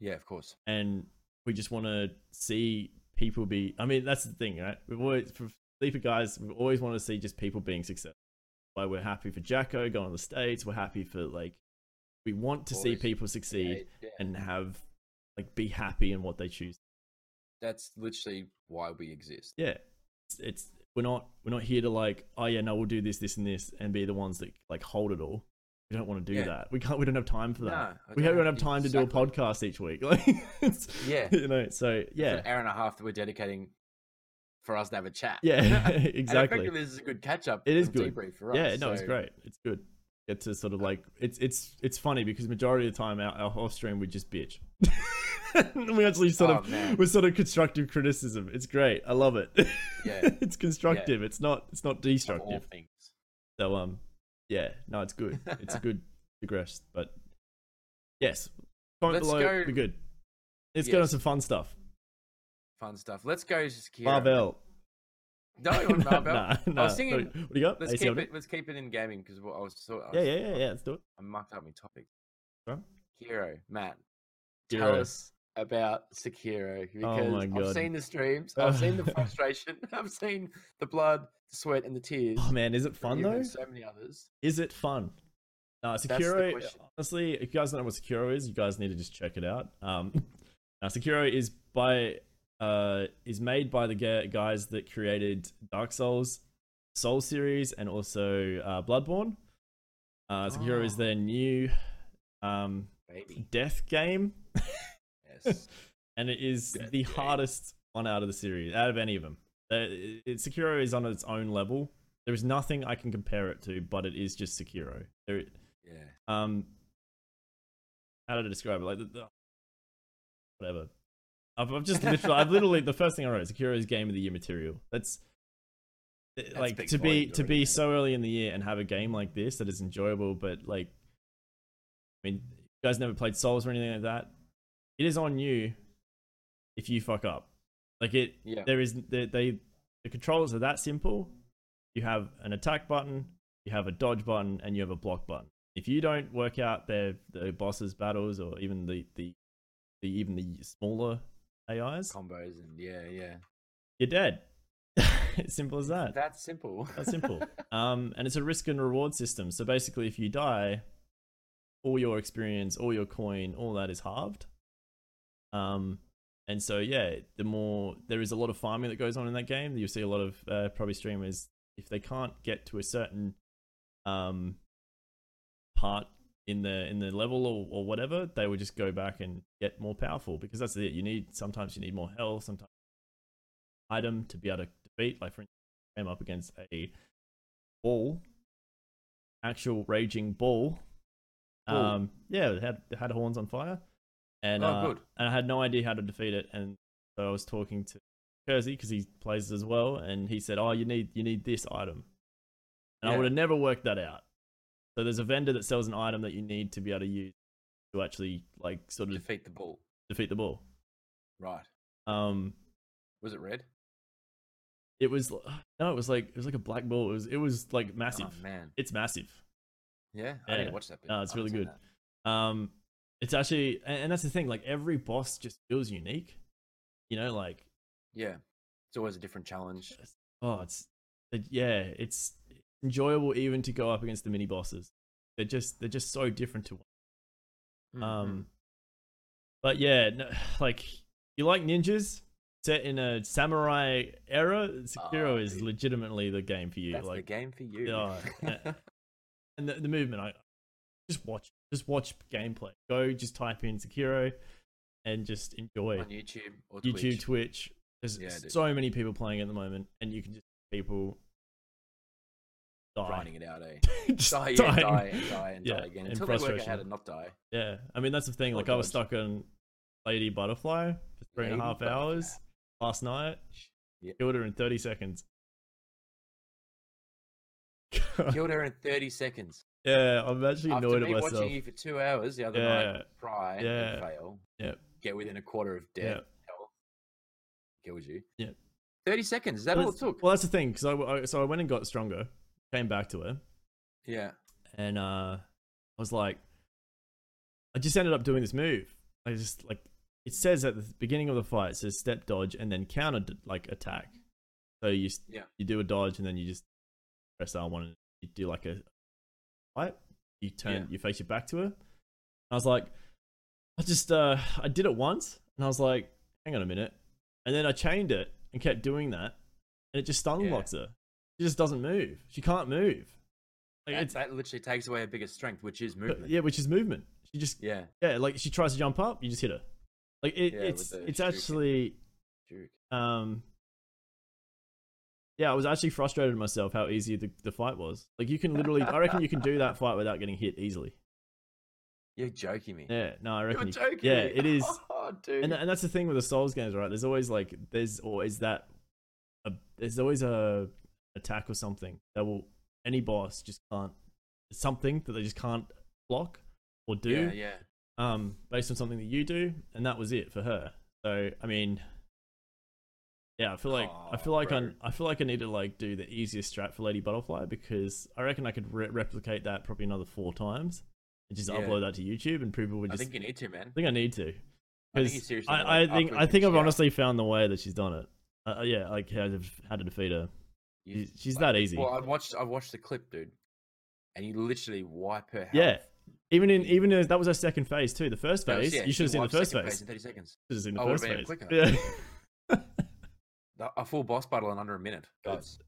A: Yeah, of course.
B: and we just want to see people be. I mean, that's the thing, right? We've always for sleeper guys, we've always wanted to see just people being successful. Like we're happy for Jacko going to the states. We're happy for like we want to see
A: Boys,
B: people succeed
A: Yeah, yeah.
B: and have like be happy in what they choose.
A: That's literally why we exist.
B: yeah it's, it's we're not we're not here to like oh yeah no we'll do this this and this and be the ones that like hold it all we don't want to do
A: Yeah.
B: that we can't we don't have time for that
A: No, I
B: we
A: don't-
B: don't have time to do a
A: exactly.
B: podcast each week like it's,
A: Yeah.
B: you know so
A: It's
B: yeah
A: an hour and a half that we're dedicating for us to have a chat.
B: yeah
A: And
B: exactly
A: effectively, this is a good catch up.
B: It is
A: and
B: good.
A: Debrief for us,
B: yeah no it's
A: so-
B: great it's good get to sort of like it's it's it's funny because majority of the time our, our off stream we just bitch we actually sort
A: Oh,
B: of
A: man.
B: we're sort of constructive criticism it's great i love it
A: Yeah.
B: it's constructive it's not it's not
A: Of all
B: destructive
A: things.
B: So um, yeah, no, it's good. It's a good digress, but yes, comment
A: Let's
B: below.
A: go-
B: Be good. Let's get on
A: Yes.
B: some fun stuff.
A: Fun stuff. Let's go, Shakira.
B: Marvel.
A: No, on
B: Nah,
A: Marvel.
B: nah,
A: I
B: nah.
A: was thinking.
B: What do you got?
A: Let's
B: ACLD?
A: keep it. Let's keep it in gaming because I was so. I
B: Yeah,
A: was-
B: yeah, yeah, yeah. Let's do it.
A: I mucked up my topic.
B: Huh?
A: Hero, Matt, tell
B: Hero.
A: us about Sekiro because
B: Oh my
A: I've
B: God.
A: seen the streams, I've seen the frustration, I've seen the blood, the sweat, and the tears.
B: Oh man, is it
A: from
B: fun
A: you and
B: though?
A: So many others.
B: Is it fun? No,
A: the
B: Sekiro.
A: question.
B: Honestly, if you guys don't know what Sekiro is, you guys need to just check it out. Um, now Sekiro is by uh is made by the ga- guys that created Dark Souls, Soul series, and also uh, Bloodborne. Uh, Sekiro is
A: Oh.
B: their new um
A: Baby,
B: death game,
A: yes.
B: and it is
A: Death
B: the
A: game.
B: hardest one out of the series, out of any of them. Uh, it, it- Sekiro is on its own level. There is nothing I can compare it to, but it is just Sekiro. There,
A: yeah,
B: um how to describe it like the, the, whatever I've, I've just literally i've literally the first thing i wrote is Akira's game of the year material that's it-
A: That's
B: like
A: big
B: to be
A: volumes
B: to
A: already,
B: be
A: man.
B: so early in the year and have a game like this that is enjoyable but like i mean you guys never played souls or anything like that it is on you if you fuck up like it
A: yeah,
B: there is they, they the controls are that simple. You have an attack button, you have a dodge button, and you have a block button. If you don't work out their the bosses' battles or even the the, the even the smaller AIs,
A: combos and yeah, yeah.
B: you're dead. It's simple as that.
A: That's simple.
B: That's simple. um, and it's a risk and reward system. So basically, if you die, all your experience, all your coin, all that is halved. Um, and so yeah, the more there is a lot of farming that goes on in that game. You see a lot of uh, probably streamers if they can't get to a certain um, part in the in the level or, or whatever, they would just go back and get more powerful because that's it. You need sometimes you need more health, sometimes item to be able to defeat. Like for instance, I came up against a ball, actual raging ball.
A: Bull.
B: Um, yeah, it had it had horns on fire, and
A: Oh,
B: uh,
A: good.
B: and I had no idea how to defeat it. And so I was talking to Kersey because he plays as well, and he said, "Oh, you need you need this item," and I
A: Yeah.
B: would have never worked that out. So there's a vendor that sells an item that you need to be able to use to actually like sort of
A: defeat the ball.
B: defeat the ball.
A: Right.
B: Um,
A: Was it red?
B: it was l- no, it was like it was like a black ball. It was it was like massive.
A: Oh, man.
B: it's massive.
A: Yeah. I
B: Yeah.
A: didn't watch that. Bit.
B: No, it's
A: I haven't
B: really
A: seen
B: good.
A: that.
B: Um, it's actually, and, and that's the thing. Like every boss just feels unique. You know, like
A: Yeah. It's always a different challenge.
B: oh, it's it- yeah, it's enjoyable even to go up against the mini bosses. They're just they're just so different to one.
A: Mhm.
B: Um, but yeah, no, like you like ninjas set in a samurai era, Sekiro
A: Oh,
B: is
A: dude.
B: legitimately the game for you.
A: that's the
B: like,
A: game for you.
B: yeah, yeah. and the, the movement, I just watch, just watch gameplay. Go, just type in Sekiro, and just enjoy
A: On YouTube or
B: YouTube,
A: Twitch.
B: Twitch. There's
A: Yeah, dude.
B: so many people playing at the moment, and you can just people die,
A: grinding it out, eh?
B: Just
A: die, yeah,
B: dying.
A: die, and die, and
B: Yeah,
A: die again
B: and
A: until they work out how
B: frustration.
A: to not die.
B: Yeah, I mean that's the thing.
A: Or
B: Like I was
A: dodge.
B: stuck on Lady Butterfly for three and a
A: Lady
B: half
A: Butterfly.
B: hours last night.
A: Yeah.
B: Killed her in thirty seconds.
A: Killed her in 30 seconds.
B: yeah, I'm actually
A: After
B: annoyed at
A: me
B: myself.
A: watching you for two hours the other
B: Yeah.
A: night try
B: Yeah.
A: and fail,
B: Yep.
A: get within a quarter of death,
B: Yep.
A: health, kills you.
B: Yep.
A: 30 seconds. Is that
B: Well,
A: all it
B: that's-
A: took?
B: Well, that's the thing. Because I, I- so I went and got stronger, came back to her,
A: yeah.
B: and uh, I was like, I just ended up doing this move. I just like it says at the beginning of the fight, it says step dodge and then counter d- like attack. So you s-
A: Yeah.
B: you do a dodge and then you just press R one and you do like a fight. You turn,
A: Yeah.
B: you face your back to her. I was like, I just uh, I did it once and I was like, hang on a minute, and then I chained it and kept doing that, and it just stun
A: Yeah.
B: locks her. She just doesn't move. She can't move. Like,
A: That,
B: it's-
A: that literally takes away her biggest strength, which is
B: but-
A: movement.
B: yeah, which is movement. She just
A: Yeah.
B: yeah, like she tries to jump up, you just hit her. Like it,
A: Yeah, with
B: it's
A: the
B: it's
A: shuriken.
B: actually
A: Dude.
B: um yeah, I was actually frustrated at myself how easy the, the fight was. Like you can literally, I reckon you can do that fight without getting hit easily.
A: You're joking me.
B: Yeah, no,
A: you
B: I
A: were
B: reckon. you-
A: joking
B: yeah,
A: me.
B: it is,
A: Oh, dude.
B: and and that's the thing with the Souls games, right? There's always like there's always that, a, there's always a attack or something that will any boss just can't something that they just can't block or do
A: yeah, yeah.
B: um, based on something that you do, and that was it for her. So I mean, yeah, I feel like I feel
A: Aw,
B: like I
A: bro.
B: I feel like I need to like do the easiest strat for Lady Butterfly because I reckon I could re- replicate that probably another four times and just
A: Yeah.
B: upload that to YouTube, and people would
A: I
B: just. I
A: think you need to, man.
B: think I need to.
A: I think
B: 'Cause
A: you seriously need to,
B: I, I
A: like,
B: think
A: after we
B: I think
A: finish
B: I've
A: the hour.
B: honestly found the way that she's done it. Uh, yeah, like how to how to defeat her.
A: You-
B: She's- she's that easy.
A: Well, I watched I watched the clip, dude, and you literally wipe her. Health.
B: Yeah, Even in even in, that was her second phase too. The first
A: That was-
B: phase,
A: yeah,
B: you should have
A: she
B: seen the
A: wiped
B: first
A: second
B: phase.
A: in Thirty seconds.
B: Should have seen the
A: I would've
B: first
A: made Oh, it
B: phase.
A: quicker.
B: Yeah.
A: A- A full boss battle in under a minute, guys.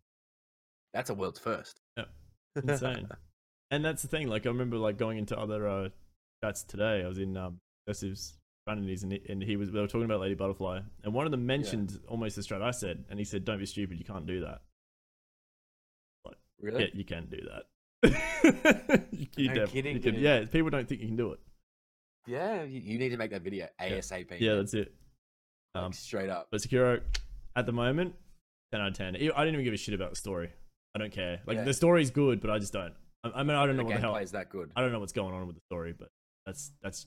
A: That's a world's first.
B: Yeah. insane. and that's the thing. Like I remember, like going into other uh, chats today. I was in um, Obsessive's Vanities, and he, and he was they were talking about Lady Butterfly, and one of them mentioned almost the strat I said, and he said, "Don't be stupid. You can't do that.
A: really?
B: Yeah, you can do that. you, you
A: No
B: def-
A: kidding,
B: you can-
A: dude.
B: yeah, people don't think you can do it.
A: Yeah. you, you need to make that video ASAP.
B: Yeah,
A: man.
B: that's it.
A: Like,
B: Um,
A: straight up.
B: but Sekiro, at the moment, ten out of ten. E, I didn't even give a shit about the story. I don't care. Like
A: Yeah.
B: the story's good, but I just don't. I, I mean, I don't know
A: The
B: what the hell.
A: gameplay is that good.
B: I don't know what's going on with the story, but that's that's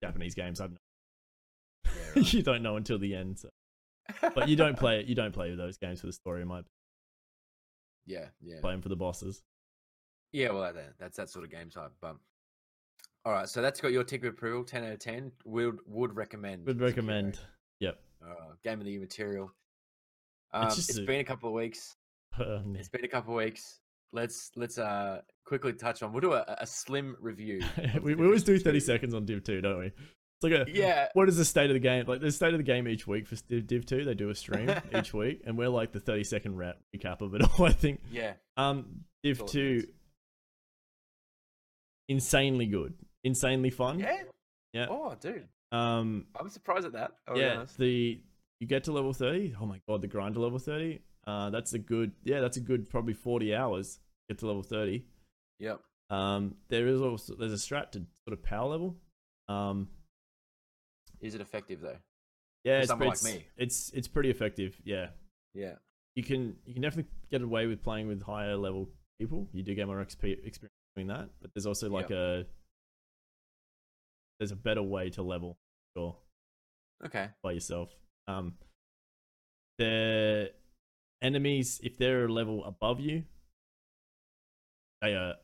B: Japanese games. I've
A: Yeah, right.
B: you don't know until the end. so- But you don't play you don't play those games for the story. You might
A: yeah, yeah.
B: play them for the bosses.
A: Yeah, well, that, that's that sort of game type. But all right, so that's got your tick of approval, ten out of ten. Would would recommend.
B: Would
A: Sekiro.
B: recommend.
A: All right, game of the year material. Um,
B: It's
A: it's
B: just a-
A: been a couple of weeks.
B: Oh, man.
A: It's been a couple of weeks. Let's let's uh quickly touch on. We'll do a, a slim review. of
B: we,
A: the
B: we always do
A: Division 2.
B: thirty seconds on Div Two, don't we? It's like a
A: Yeah.
B: What is the state of the game? Like the state of the game each week for Div, Div Two, they do a stream each week, and we're like the thirty second rat recap of it all. I think
A: Yeah.
B: um Div
A: Thought
B: Two
A: that's-
B: insanely good. insanely fun.
A: Yeah.
B: Yeah.
A: Oh, dude,
B: Um,
A: I'm surprised at that. I'll be
B: yeah,
A: honest.
B: the you get to level thirty. Oh my god, the grind to level thirty. Uh, that's a good. Yeah, that's a good probably forty hours. Get to level thirty.
A: Yep.
B: Um, there is also there's a strat to sort of power level. Um,
A: Is it effective though?
B: yeah,
A: For
B: it's,
A: someone like
B: it's,
A: me.
B: it's it's pretty effective. Yeah,
A: Yeah.
B: you can you can definitely get away with playing with higher level people. You do get more XP experience doing that, but there's also like a there's a better way to level sure
A: Okay.
B: by yourself. Um, the enemies, if they're a level above you, they are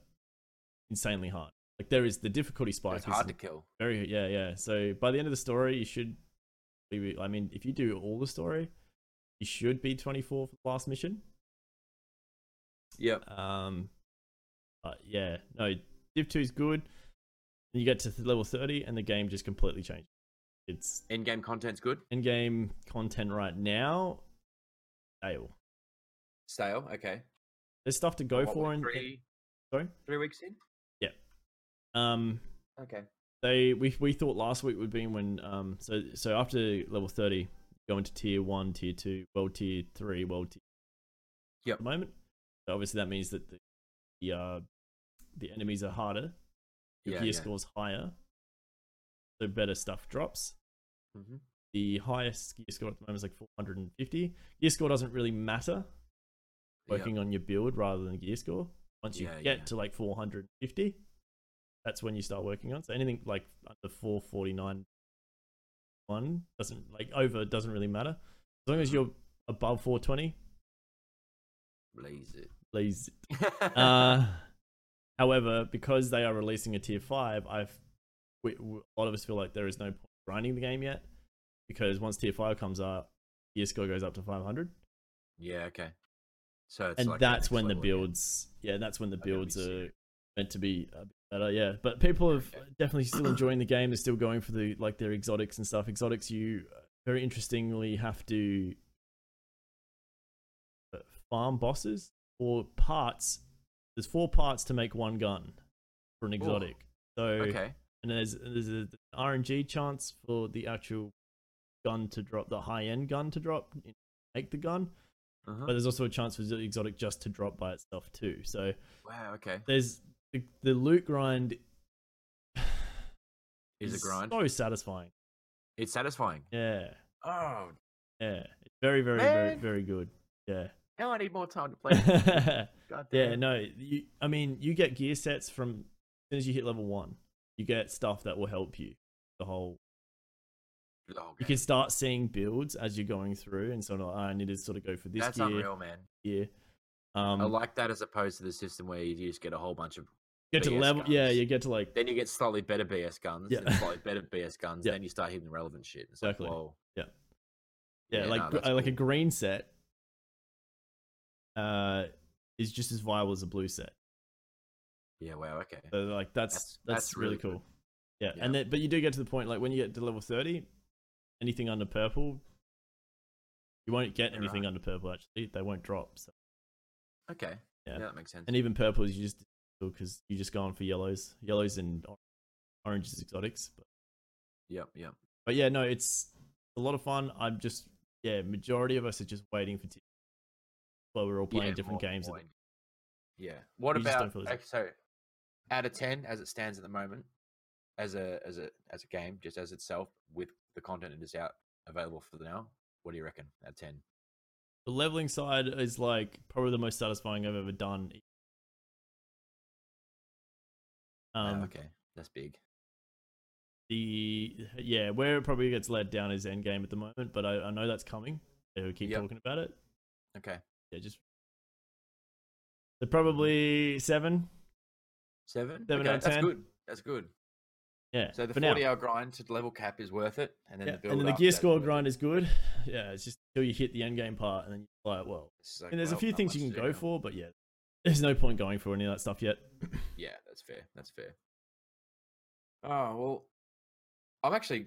B: insanely hard. Like there is the difficulty
A: So
B: spike.
A: it's
B: is
A: hard to kill.
B: very yeah yeah. So by the end of the story, you should. be- I mean, if you do all the story, you should be twenty four for the last mission.
A: Yep.
B: Um, but yeah, no, Div 2 is good. Then you get to th- level 30 and the game just completely changes. It's
A: In-game content's good.
B: in game content right now. Stale.
A: Stale. Okay.
B: There's stuff to go
A: What,
B: for.
A: we're
B: And,
A: three.
B: sorry?
A: Three weeks in.
B: um,
A: Okay.
B: they we, we thought last week would be when um so so after level 30 go into tier 1 tier 2 world tier 3 world tier
A: Yep.
B: at the moment so obviously that means that the, the uh the enemies are harder your
A: Yeah,
B: gear
A: yeah.
B: scores higher so better stuff drops
A: Mhm.
B: the highest gear score at the moment is like 450 gear score doesn't really matter
A: Yep.
B: working on your build rather than gear score. Once you
A: Yeah,
B: get
A: yeah.
B: to like 450, that's when you start working on. So anything like under 449 one doesn't like over doesn't really matter. As long as
A: Mm-hmm.
B: you're above 420,
A: Blaze it.
B: please. Uh, however, because they are releasing a tier five, I've we, we- a lot of us feel like there is no point grinding the game yet because once tier five comes up, gear score goes up to 500.
A: yeah. Okay. So it's
B: and
A: like the
B: that's
A: next
B: when the
A: level again.
B: builds yeah that's when the
A: They're gonna be
B: builds are
A: sick.
B: meant to be a bit better yeah but people have
A: Okay.
B: definitely still enjoying the game they're still going for the like their exotics and stuff exotics you uh, very interestingly have to uh, farm bosses or parts there's four parts to make one gun for an exotic so
A: Okay.
B: and there's there's a RNG chance for the actual gun to drop the high end gun to drop make the gun
A: Uh-huh.
B: but there's also a chance for the exotic just to drop by itself too. So
A: Wow. Okay.
B: there's the, the loot grind
A: Is a grind.
B: so satisfying.
A: It's satisfying.
B: Yeah,
A: Oh,
B: yeah, it's very, very,
A: Man.
B: very, very good. Yeah,
A: now I need more time to play. this.
B: yeah.
A: God damn it.
B: No, you, I mean, you get gear sets from as soon as you hit level one. You get stuff that will help you. The whole
A: Oh,
B: you
A: okay.
B: can start seeing builds as you're going through, and sort of "Oh, I need to sort of go for this
A: That's
B: gear.
A: unreal, man.
B: gear. Um,
A: I like that as opposed to the system where you just get a whole bunch of.
B: get to
A: BS
B: level. Yeah,
A: guns.
B: you get to like
A: Then you get slightly better BS guns,
B: Yeah.
A: then slightly better BS guns,
B: Yeah.
A: then you start hitting relevant shit. It's
B: Exactly.
A: like, whoa.
B: Yeah. yeah, like
A: no,
B: gr-
A: that's
B: uh, like a
A: cool.
B: green set uh is just as viable as a blue set
A: Yeah, wow, okay.
B: so like that's that's,
A: That's- that's
B: really,
A: really good.
B: cool yeah. and then but you do get to the point like when you get to level 30 anything under purple you won't get
A: Yeah,
B: anything
A: right.
B: under purple actually they won't drop so.
A: Okay.
B: Yeah.
A: Yeah. that makes sense.
B: and even purples you just because you just go on for yellows yellows and or- oranges exotics but,
A: yep, yep.
B: but yeah no it's a lot of fun i'm just yeah majority of us are just waiting for t- but we're all playing
A: Yeah,
B: different
A: more
B: games at the
A: point. Yeah. What
B: You just don't
A: about
B: feel as-
A: okay, so out of ten as it stands at the moment, as a as a as a game, just as itself, with the content that is out available for the now, what do you reckon? Out of ten?
B: The leveling side is like probably the most satisfying I've ever done.
A: Wow,
B: Um,
A: okay. That's big.
B: the yeah, where it probably gets let down is Endgame at the moment, but I, I know that's coming. They will keep
A: Yep.
B: talking about it.
A: Okay.
B: Yeah, just they're probably seven.
A: Seven?
B: Seven
A: okay,
B: out of
A: that's
B: 10.
A: good. That's good.
B: Yeah,
A: So the
B: for now.
A: forty hour grind to level cap is worth it, and then
B: Yeah,
A: the build
B: and then the
A: up,
B: gear
A: that's
B: score
A: worth it.
B: grind is good. Yeah, it's just until you hit the end game part, and then you're like, well,
A: It's like,
B: and there's a
A: well,
B: few
A: not
B: things
A: much
B: you can
A: to do
B: go
A: now.
B: for, but yeah, there's no point going for any of that stuff yet.
A: Yeah, that's fair. That's fair. Oh well, I'm actually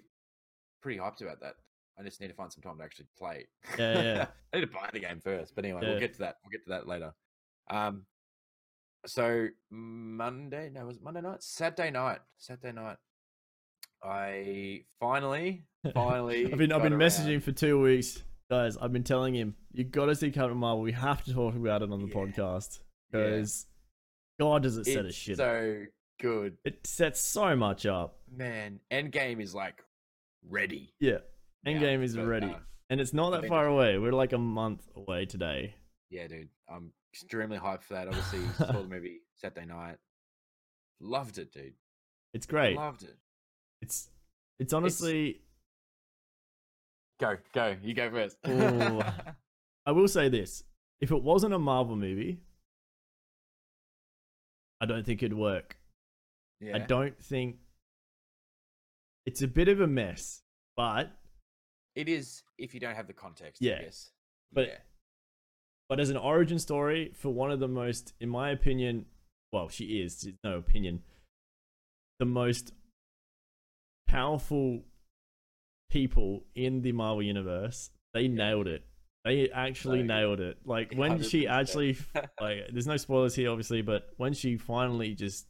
A: pretty hyped about that. I just need to find some time to actually play. it.
B: Yeah, yeah, yeah.
A: I need to buy the game first. But anyway,
B: Yeah.
A: we'll get to that. We'll get to that later. Um, so Monday, no, was it Monday night? Saturday night. Saturday night. I finally, finally.
B: I've been I've
A: got
B: been
A: around-
B: messaging for two weeks, guys. I've been telling him you got to see Captain Marvel. We have to talk about it on the
A: Yeah.
B: podcast
A: Yeah.
B: because God does it set a
A: It's
B: shit. up.
A: so good,
B: It sets so much up.
A: man. Endgame is like ready.
B: Yeah,
A: now,
B: Endgame is
A: but,
B: ready,
A: uh,
B: and it's not
A: I've
B: that
A: been-
B: far away. We're like a month away today.
A: yeah, dude, I'm extremely hyped for that. Obviously, saw the movie Saturday night. Loved it, dude.
B: It's great.
A: Loved it.
B: It's it's honestly.
A: Go, go. You go first.
B: Ooh. I will say this: if it wasn't a Marvel movie, I don't think it'd work.
A: yeah.
B: I don't think it's a bit of a mess, but
A: It is if you don't have the context.
B: Yeah.
A: I guess.
B: But-
A: yeah.
B: but as an origin story for one of the most, in my opinion, well, she is there's no opinion, the most powerful people in the Marvel universe. They nailed it. They actually
A: Like,
B: nailed it. Like when she
A: 100%.
B: actually, like, there's no spoilers here, obviously, but when she finally just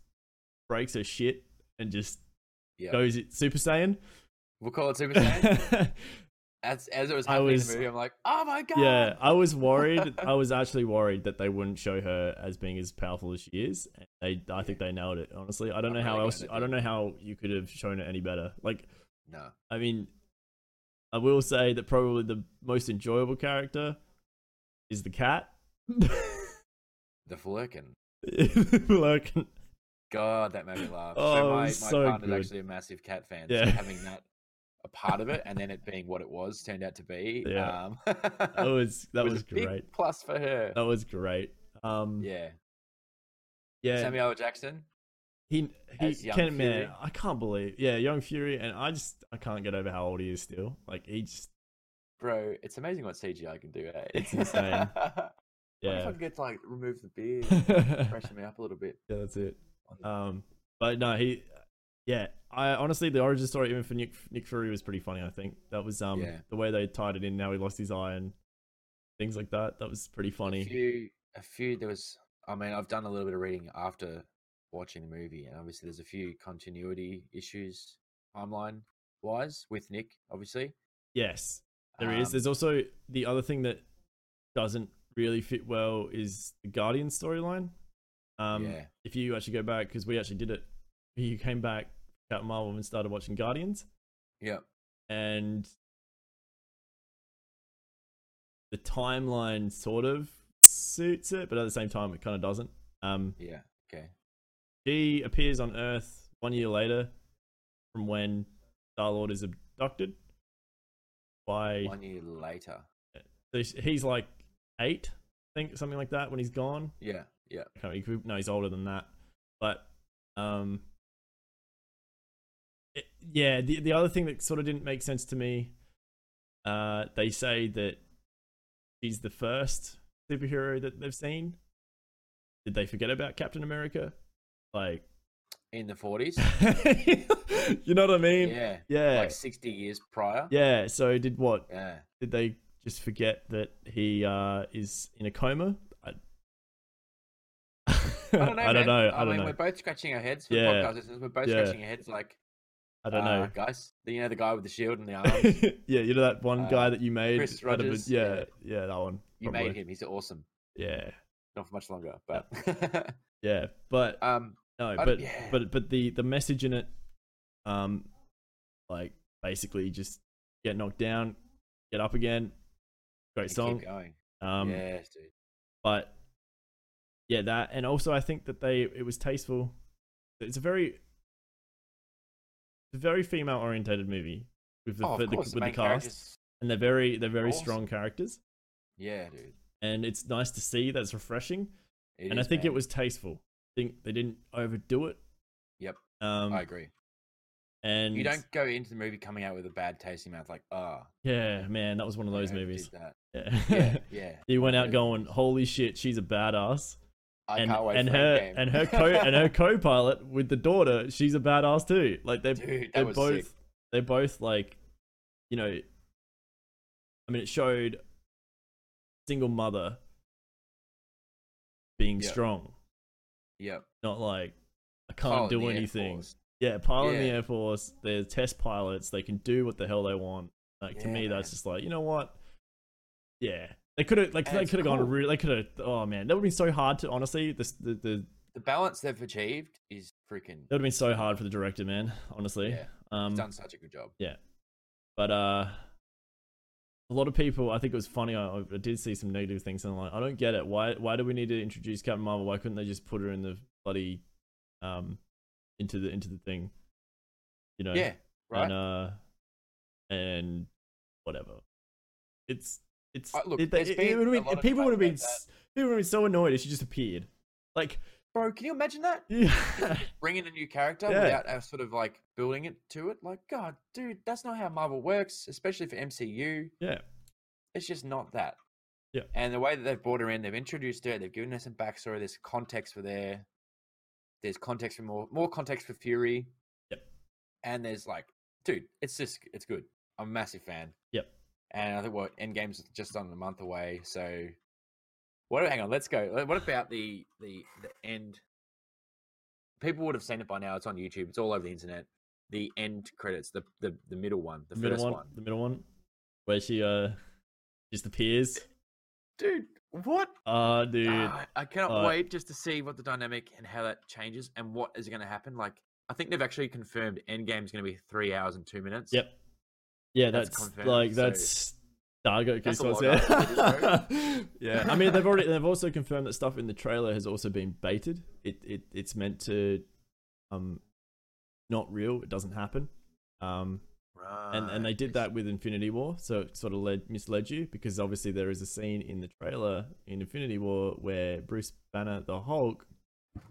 B: breaks her shit and just
A: yeah.
B: goes Super Saiyan.
A: We'll call it Super Saiyan. as as it was
B: I
A: happening in
B: was-
A: the movie, I'm like, oh my god.
B: Yeah, I was worried. I was actually worried that they wouldn't show her as being as powerful as she is. And they, I think they nailed it. Honestly, I don't
A: I'm
B: know how
A: really
B: else.
A: glad they
B: I don't know how you could have shown it any better. Like,
A: No.
B: I mean, I will say that probably the most enjoyable character is the cat.
A: The Flurkin.
B: like,
A: God, that made me laugh.
B: Oh,
A: so
B: it
A: my, my
B: was so
A: partner's
B: good.
A: actually a massive cat fan.
B: Yeah.
A: So having that a part of it and then it being what it was turned out to be.
B: Yeah.
A: Um,
B: that was that was,
A: was a big
B: great.
A: plus for her.
B: That was great. Um, yeah,
A: Yeah. Samuel L. Jackson.
B: he he
A: as young
B: Ken man,
A: Fury.
B: I can't believe yeah, young Fury, and I just I can't get over how old he is still. Like he just
A: Bro, it's amazing what CGI can do, eh?
B: It's insane.
A: What if I
B: yeah,
A: could get to like remove the beard,
B: yeah,
A: freshen me up a little bit?
B: that's it. Um, but no, he yeah, I honestly the origin story even for Nick Nick Fury was pretty funny. I think that was um
A: Yeah.
B: the way they tied it in, how he lost his eye and things like that. That was pretty
A: A
B: funny.
A: few, a few. There was. I mean, I've done a little bit of reading after watching the movie, and obviously, there's a few continuity issues timeline wise with Nick. Obviously,
B: Yes, there is.
A: Um,
B: There's also the other thing that doesn't really fit well is the Guardian storyline. Um,
A: yeah,
B: if you actually go back, because we actually did it, you came back, Captain Marvel, and started watching Guardians,
A: yeah,
B: and the timeline sort of suits it, but at the same time, it kind of doesn't. Um,
A: yeah. Okay,
B: she appears on Earth one year later from when Star Lord is abducted by.
A: one year later.
B: So he's- he's like eight, I think, something like that, when he's gone.
A: Yeah, yeah,
B: I can't- he could- no, he's older than that. But um, it- yeah, the the other thing that sort of didn't make sense to me, uh, they say that she's the first superhero that they've seen. Did they forget about Captain America? Like,
A: in the forties.
B: you know what I mean?
A: yeah,
B: Yeah.
A: like sixty years prior.
B: yeah. So did what?
A: Yeah.
B: Did they just forget that he uh, is in a coma? I,
A: I don't know.
B: I don't
A: man.
B: know.
A: I,
B: I don't
A: mean,
B: know.
A: we're both scratching our heads for
B: Yeah.
A: podcast listeners. We're both
B: Yeah.
A: scratching our heads like,
B: I don't know.
A: uh, guys. The, you know, the guy with the shield and the arm.
B: yeah, you know that one
A: Uh,
B: guy that you made.
A: Chris
B: out of a-
A: Rogers,
B: yeah, yeah, that one.
A: you
B: probably.
A: made him. He's awesome.
B: Yeah,
A: Not for much longer, but
B: yeah, but
A: um,
B: no,
A: I
B: but
A: don't- yeah.
B: but but the the message in it, um, like basically just get knocked down, get up again. Great
A: and
B: song.
A: Keep going.
B: Um,
A: yes, dude.
B: but yeah, that and also I think that they it was tasteful. It's a very it's a very female orientated movie with the,
A: Oh, of
B: with the,
A: course,
B: with the
A: main
B: cast,
A: characters-
B: and they're very they're very
A: Awesome.
B: strong characters.
A: Yeah, dude.
B: and it's nice to see. That's refreshing,
A: It
B: and I
A: is,
B: think
A: man.
B: it was tasteful. I think they didn't overdo it.
A: Yep,
B: Um,
A: I agree.
B: and
A: You don't go into the movie coming out with a bad taste in your mouth, like, oh,
B: Yeah, man, that was one of those movies.
A: Did that.
B: Yeah.
A: Yeah, yeah.
B: you went out
A: Dude,
B: going, "Holy shit, she's a badass,"
A: I
B: and
A: can't wait
B: and
A: for
B: her
A: Endgame.
B: and her co and her co-pilot with the daughter, she's a badass too. Like they
A: Dude, that
B: they're
A: was
B: both
A: sick.
B: they're both like, you know, I mean, it showed single mother being
A: Yeah.
B: strong.
A: Yep. Oh,
B: Not like I can't
A: Pile in the
B: do
A: Air
B: anything.
A: Force.
B: Yeah, pilot in the
A: Yeah.
B: Air Force, they're test pilots, they can do what the hell they want. Like to
A: Yeah,
B: me that's
A: man.
B: just like, you know what? Yeah. They could have like
A: And
B: they
A: it's
B: could have
A: cool.
B: gone really they could have oh man, that would have been so hard to honestly this the, the
A: The balance they've achieved is freaking.
B: that would have been so hard for the director, man, honestly.
A: Yeah,
B: um
A: He's done such a good job.
B: but uh a lot of people i think it was funny i, I did see some negative things and I'm like i don't get it why why do we need to introduce captain marvel why couldn't they just put her in the bloody um into the into the thing you know
A: Yeah. Right.
B: and uh and whatever it's it's
A: Uh, look,
B: it, they-
A: there's
B: it- it
A: been
B: would've
A: a
B: been-
A: lot of
B: people
A: debate
B: would have been
A: about
B: s- people would have been so annoyed if she just appeared like
A: Bro, can you imagine that?
B: yeah
A: Bring in a new character
B: Yeah.
A: without uh, sort of like building it to it. Like, God, dude, that's not how Marvel works, especially for MCU.
B: Yeah.
A: It's just not that.
B: Yeah.
A: And the way that they've brought her in, they've introduced her, they've given her some backstory, there's context for there. There's context for more more context for Fury.
B: Yep.
A: And there's like, dude, it's just it's good. I'm a massive fan.
B: Yep.
A: And I think what Endgame's just under a month away, so what hang on, let's go. Uh, What about the the the end people would have seen it by now, it's on YouTube, it's all over the internet. The end credits, the the, the middle one, the
B: the middle
A: first
B: one,
A: one.
B: the middle one where she uh just appears
A: Dude, what
B: uh dude
A: Ah, I cannot
B: Like-
A: wait just to see what the dynamic and how that changes and what is going to happen. Like, I think they've actually confirmed Endgame's going to be three hours and two minutes.
B: Yep. Yeah,
A: That's
B: that's,
A: confirmed,
B: like
A: so-
B: that's Dargo
A: That's a
B: Goosebumps.
A: lot
B: Yeah. yeah, I mean they've already they've also confirmed that stuff in the trailer has also been baited. It it it's meant to, um, not real. It doesn't happen. Um,
A: Right.
B: and and they did that with Infinity War, so it sort of led misled you because obviously there is a scene in the trailer in Infinity War where Bruce Banner, the Hulk,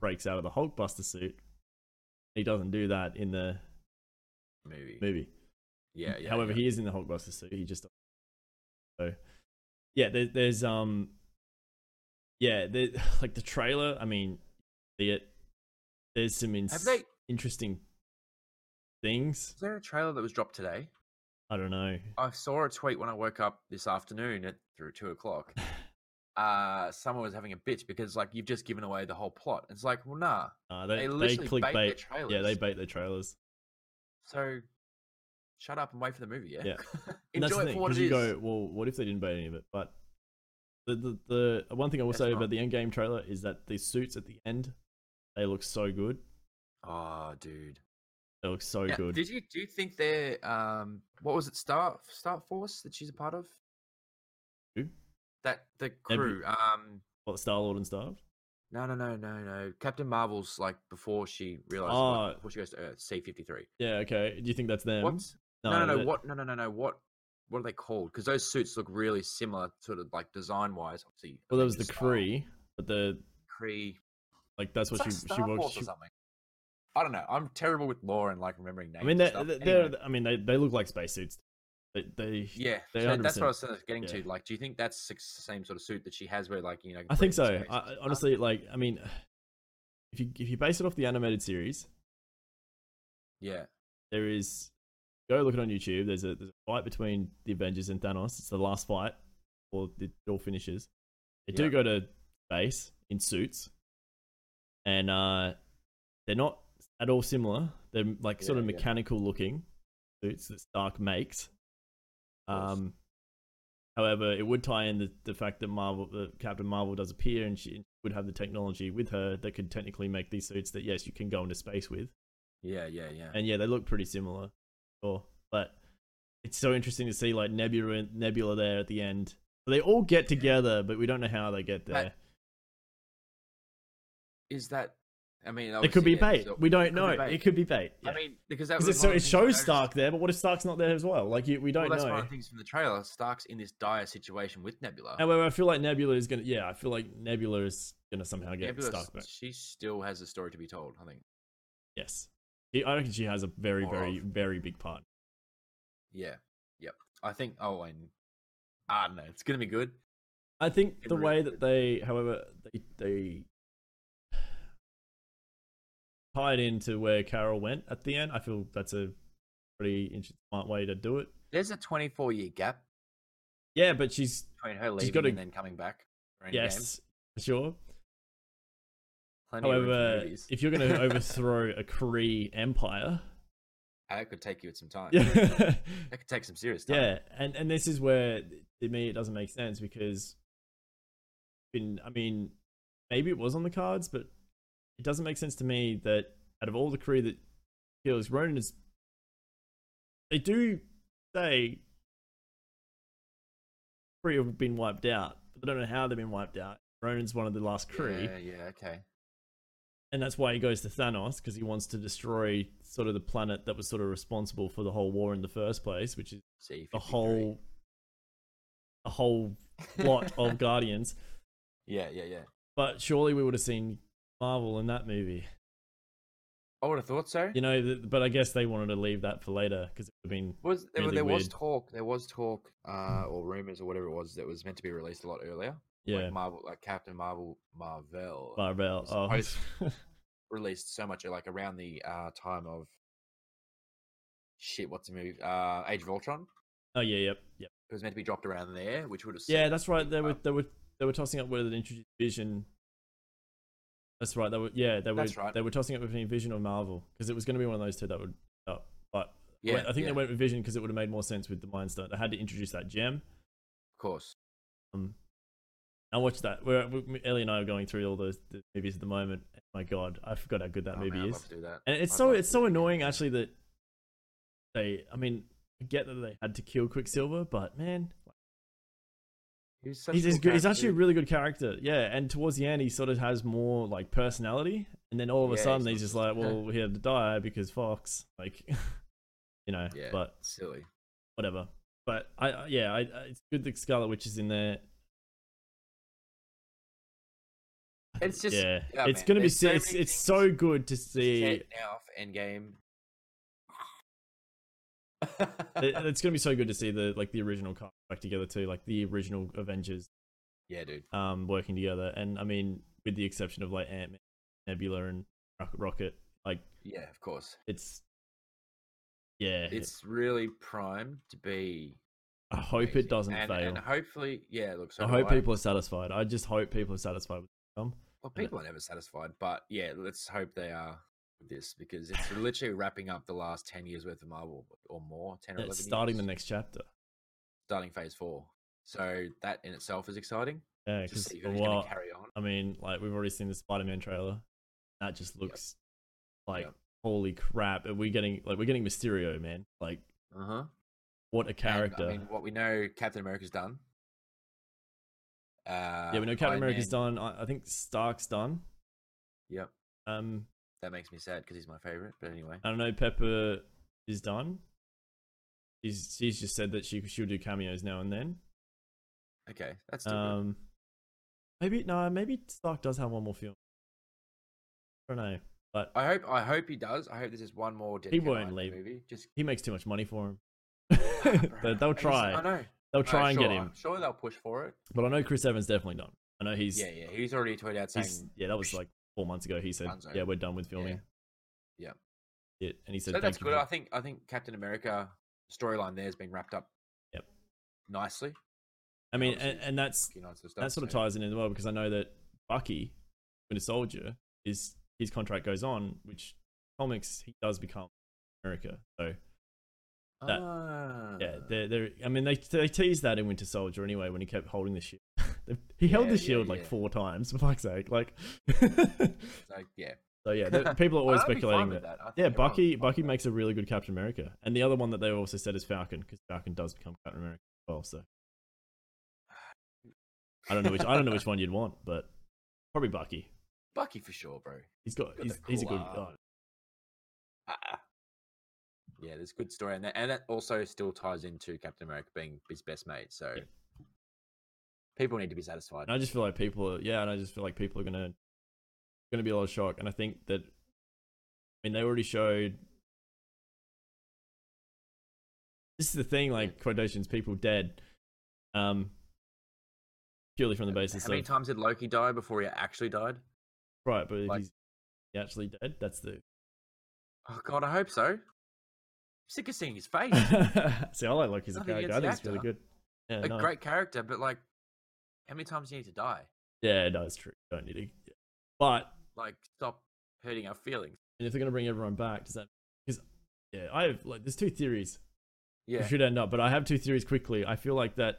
B: breaks out of the Hulkbuster suit. He doesn't do that in the
A: movie.
B: movie.
A: Yeah, yeah.
B: However,
A: yeah.
B: he is in the Hulkbuster suit. He just so yeah. There, there's um yeah, there, like the trailer. I mean, see it. There's some in-
A: have they? Is
B: interesting things.
A: there a trailer that was dropped today?
B: I don't know.
A: I saw a tweet when I woke up this afternoon at through two o'clock. Uh, someone was having a bitch because like you've just given away the whole plot. It's like, well, nah,
B: Uh,
A: they,
B: they they,
A: literally
B: click
A: bait, their
B: bait.
A: trailers.
B: Yeah, they bait their trailers.
A: So shut up and wait for the movie. Yeah,
B: Yeah. And that's
A: enjoy
B: the
A: it
B: thing
A: for what it
B: because
A: is.
B: you go, well, what if they didn't bait any of it? But the the, the one thing I will
A: That's
B: say
A: right.
B: about the Endgame trailer is that the suits at the end, they look so good.
A: oh, dude.
B: They look so
A: Now,
B: good.
A: Did you do you think they're um what was it Star Star Force that she's a part of?
B: Who?
A: That the
B: Neb-
A: crew. Um,
B: What Star Lord and Starved?
A: no, no, no, no, no. Captain Marvel's like before she realizes
B: Oh.
A: before she goes to Earth, C fifty three.
B: Yeah, okay. Do you think that's them?
A: What's no, no, no?
B: that-
A: What? No, no, no, no. What? What are they called? Because those suits look really similar, sort of like design wise. Obviously,
B: Well, there was the
A: Avengers style.
B: Kree, but the
A: Kree.
B: like that's
A: It's
B: what
A: like
B: she she
A: Star
B: worked.
A: Force
B: She,
A: or something. I don't know. I'm terrible with lore and like remembering names.
B: I
A: and
B: mean, they're,
A: stuff.
B: they're,
A: Anyway.
B: I mean, they, they look like spacesuits. They, they
A: Yeah,
B: They
A: so that's
B: 100%.
A: what I was sort of getting
B: Yeah.
A: to. Like, do you think that's the same sort of suit that she has, where like you know?
B: I think so.
A: breathing space
B: I,
A: and
B: I-
A: stuff?
B: honestly, like, I mean, if you if you base it off the animated series,
A: yeah,
B: there is go look it on YouTube. There's a, there's a fight between the Avengers and Thanos. It's the last fight, or it all finishes. They do
A: Yeah.
B: go to space in suits, and uh, they're not at all similar. They're like sort
A: Yeah,
B: of
A: yeah.
B: mechanical looking suits that Stark makes.
A: Of course.
B: Um, however, it would tie in the, the fact that Marvel, that Captain Marvel does appear, and she would have the technology with her that could technically make these suits that yes, you can go into space with
A: yeah, yeah, yeah.
B: and yeah, they look pretty similar. Sure, but it's so interesting to see like Nebula, Nebula there at the end. So they all get together, but we don't know how they get there.
A: But Is that? I mean,
B: it could
A: obviously,
B: be
A: yeah,
B: bait.
A: so-
B: We
A: it
B: don't
A: could be
B: know.
A: bait.
B: It could be bait. Yeah.
A: I mean, because that
B: Because
A: was
B: it,
A: one
B: so
A: of the
B: it
A: things I
B: shows
A: noticed-
B: Stark there, but what if Stark's not there as well? Like you, we
A: Well,
B: don't
A: that's one
B: know.
A: of the things from the trailer. Stark's in this dire situation with Nebula.
B: However, I feel like Nebula is gonna. Yeah, I feel like Nebula is gonna somehow get
A: Nebula,
B: Stark back.
A: she still has a story to be told. I think.
B: Yes, She- I reckon she has a very,
A: Or
B: very,
A: of.
B: very big part.
A: Yeah. Yep. I think. Oh, and I don't know. It's gonna be good.
B: I think
A: It
B: the
A: really
B: way that they, however, they, they tied into where Carol went at the end, I feel that's a pretty interesting, smart way to do it.
A: There's a 24 year gap
B: Yeah, but she's
A: between her
B: She's
A: leaving
B: gotta-
A: and then coming back. for Endgame.
B: yes, for sure.
A: Plenty of
B: However,
A: infinities.
B: if you're going to overthrow a Kree empire,
A: that could take you some time.
B: yeah,
A: That could take some serious time.
B: yeah, and and this is where to me it doesn't make sense because, in I mean, maybe it was on the cards, but it doesn't make sense to me that out of all the Kree that kills Ronan is, they do say Kree have been wiped out, but they don't know how they've been wiped out. Ronan's one of the last Kree.
A: Yeah, yeah, okay.
B: and that's why he goes to Thanos because he wants to destroy sort of the planet that was sort of responsible for the whole war in the first place, which is
A: See,
B: the whole, the whole plot of Guardians.
A: Yeah, yeah, yeah.
B: But surely we would have seen Marvel in that movie,
A: I would have thought so.
B: you know. th- But I guess they wanted to leave that for later because it would have been
A: Was there,
B: really
A: there was
B: weird.
A: talk? There was talk, uh, or rumors, or whatever it was, that was meant to be released a lot earlier.
B: yeah,
A: like Marvel, like Captain Marvel, Marvel
B: Marvel.
A: Supposed-
B: Oh,
A: released so much, like around the uh, time of shit. What's the movie? Uh, Age of Ultron.
B: oh yeah, yep, yep.
A: It was meant to be dropped around there, which would have
B: Yeah, that's right. They were
A: Wow.
B: they were they were tossing up whether they introduced Vision. That's right. They were yeah they were
A: That's right.
B: they were tossing up between Vision or Marvel because it was going to be one of those two that would up. But
A: yeah,
B: I think
A: yeah,
B: they went with Vision because it would have made more sense with the Mind Stone. They had to introduce that gem.
A: Of course,
B: Um, I watched that. We're, we, Ellie and I are going through all those the movies at the moment. My God, I forgot how good that
A: Oh, man,
B: movie
A: I'd
B: is.
A: love to do that.
B: And it's
A: I'd
B: so
A: love
B: it's
A: to
B: so
A: do that.
B: annoying actually that they. I mean, I get that they had to kill Quicksilver, but man,
A: He's, such a
B: he's,
A: cool
B: he's, good, he's
A: character.
B: actually a really good character yeah and towards the end he sort of has more like personality and then all of a
A: Yeah,
B: sudden
A: he's
B: he's
A: not
B: just
A: just-
B: like well we had to die because fox like you know
A: Yeah.
B: but
A: silly.
B: whatever but i I- yeah I, I, it's good that scarlet witch is in there
A: It's just
B: yeah
A: oh,
B: it's
A: man,
B: gonna be
A: there's
B: so
A: so
B: it's,
A: many
B: it's so good to see
A: Set now for Endgame.
B: it- it's gonna be so good to see the like the original cast back together too like the original avengers
A: yeah, dude.
B: um, working together. And I mean, with the exception of like Ant Man, Nebula, and Rocket, Rocket, like
A: Yeah, of course.
B: it's yeah.
A: It's really primed to be.
B: I hope
A: amazing.
B: it doesn't
A: and,
B: fail.
A: And hopefully, yeah. Look, so
B: I
A: do
B: hope people are satisfied. I just hope people are satisfied with the film.
A: Well,
B: and it-
A: people are never satisfied, but yeah, let's hope they are with this because it's literally wrapping up the last ten years worth of Marvel or more. Ten or
B: And
A: eleven.
B: It's starting
A: years,
B: the next chapter.
A: starting phase four. So that in itself is exciting
B: Yeah,
A: to
B: because
A: see who's going
B: well,
A: to carry on.
B: I mean, like we've already seen the Spider Man trailer. That just looks like
A: Yep.
B: holy crap. Are we getting like we're getting Mysterio, man? Like
A: Uh huh.
B: what a character.
A: I mean, what we know, Captain America's done. Uh,
B: yeah, we know Captain
A: Iron
B: America's
A: Man-
B: done. I, I think Stark's done.
A: Yep,
B: Um,
A: that makes me sad because he's my favorite. But anyway,
B: I don't know. Pepper is done. She's she's just said that she she'll do cameos now and then.
A: okay, that's still good.
B: Um, maybe no, maybe Stark does have one more film. I don't know, but
A: I hope I hope he does. I hope this is one more dedicated
B: won't
A: Iron Man
B: leave.
A: movie. Just
B: he makes too much money for him.
A: Bro,
B: they,
A: I
B: they'll
A: just- I
B: try.
A: know.
B: They'll try and
A: sure,
B: get him.
A: I'm sure they'll push for it.
B: But I know Chris Evans definitely done. I know he's
A: yeah, yeah. He's already tweeted out saying.
B: he's yeah. That was like four months ago. He said
A: Dunzo.
B: yeah, we're done with filming.
A: Yeah.
B: It, and he
A: so
B: said
A: that's
B: "Thank you
A: good.
B: for-
A: I think I think Captain America storyline there has been wrapped up.
B: Yep.
A: Nicely.
B: I mean,
A: obviously
B: and, and that's
A: You know, it's the stuff,
B: that sort of
A: so-
B: ties in as well because I know that Bucky, Winter Soldier, is his contract goes on, which comics he does become America. So that- yeah,
A: Ah.
B: they're, they're I mean they they teased that in Winter Soldier anyway when he kept holding the shield. he held
A: Yeah,
B: the
A: yeah,
B: shield like
A: yeah.
B: four times for fuck's sake. Like
A: So, yeah.
B: so yeah, the- people are always
A: I'd be fine
B: speculating
A: with
B: that.
A: I think
B: Yeah,
A: everyone's
B: Bucky
A: fine
B: Bucky
A: with
B: makes a really good Captain America, and the other one that they also said is Falcon because Falcon does become Captain America as well. So I don't know which I don't know which one you'd want, but probably Bucky.
A: that. Bucky for sure, bro.
B: He's got
A: Got
B: he's,
A: the
B: he's a
A: cool
B: good
A: arm.
B: guy.
A: Ah. Yeah, there's a good story, and that, and that also still ties into Captain America being his best mate. So
B: Yeah.
A: people need to be satisfied.
B: And I just feel like people are yeah, and I just feel like people are gonna gonna be a lot of shock. And I think that I mean they already showed this is the thing, like quotations, people dead. Um purely from the basis
A: How many
B: of
A: times did Loki die before he actually died?
B: right, but if
A: like-
B: he's actually dead, that's the
A: Oh God, I hope so. Sick of seeing his face.
B: See, I like Loki's a
A: Nothing
B: character. I think
A: against
B: it's
A: the
B: really good. Yeah,
A: a
B: no.
A: great character, but like, how many times do you need to die?
B: Yeah, no, it's true. You don't need to. But
A: like stop hurting our feelings.
B: And if they're gonna bring everyone back, does that? Because yeah, I have like there's two theories we
A: Yeah,
B: should end up, but I have two theories quickly. I feel like that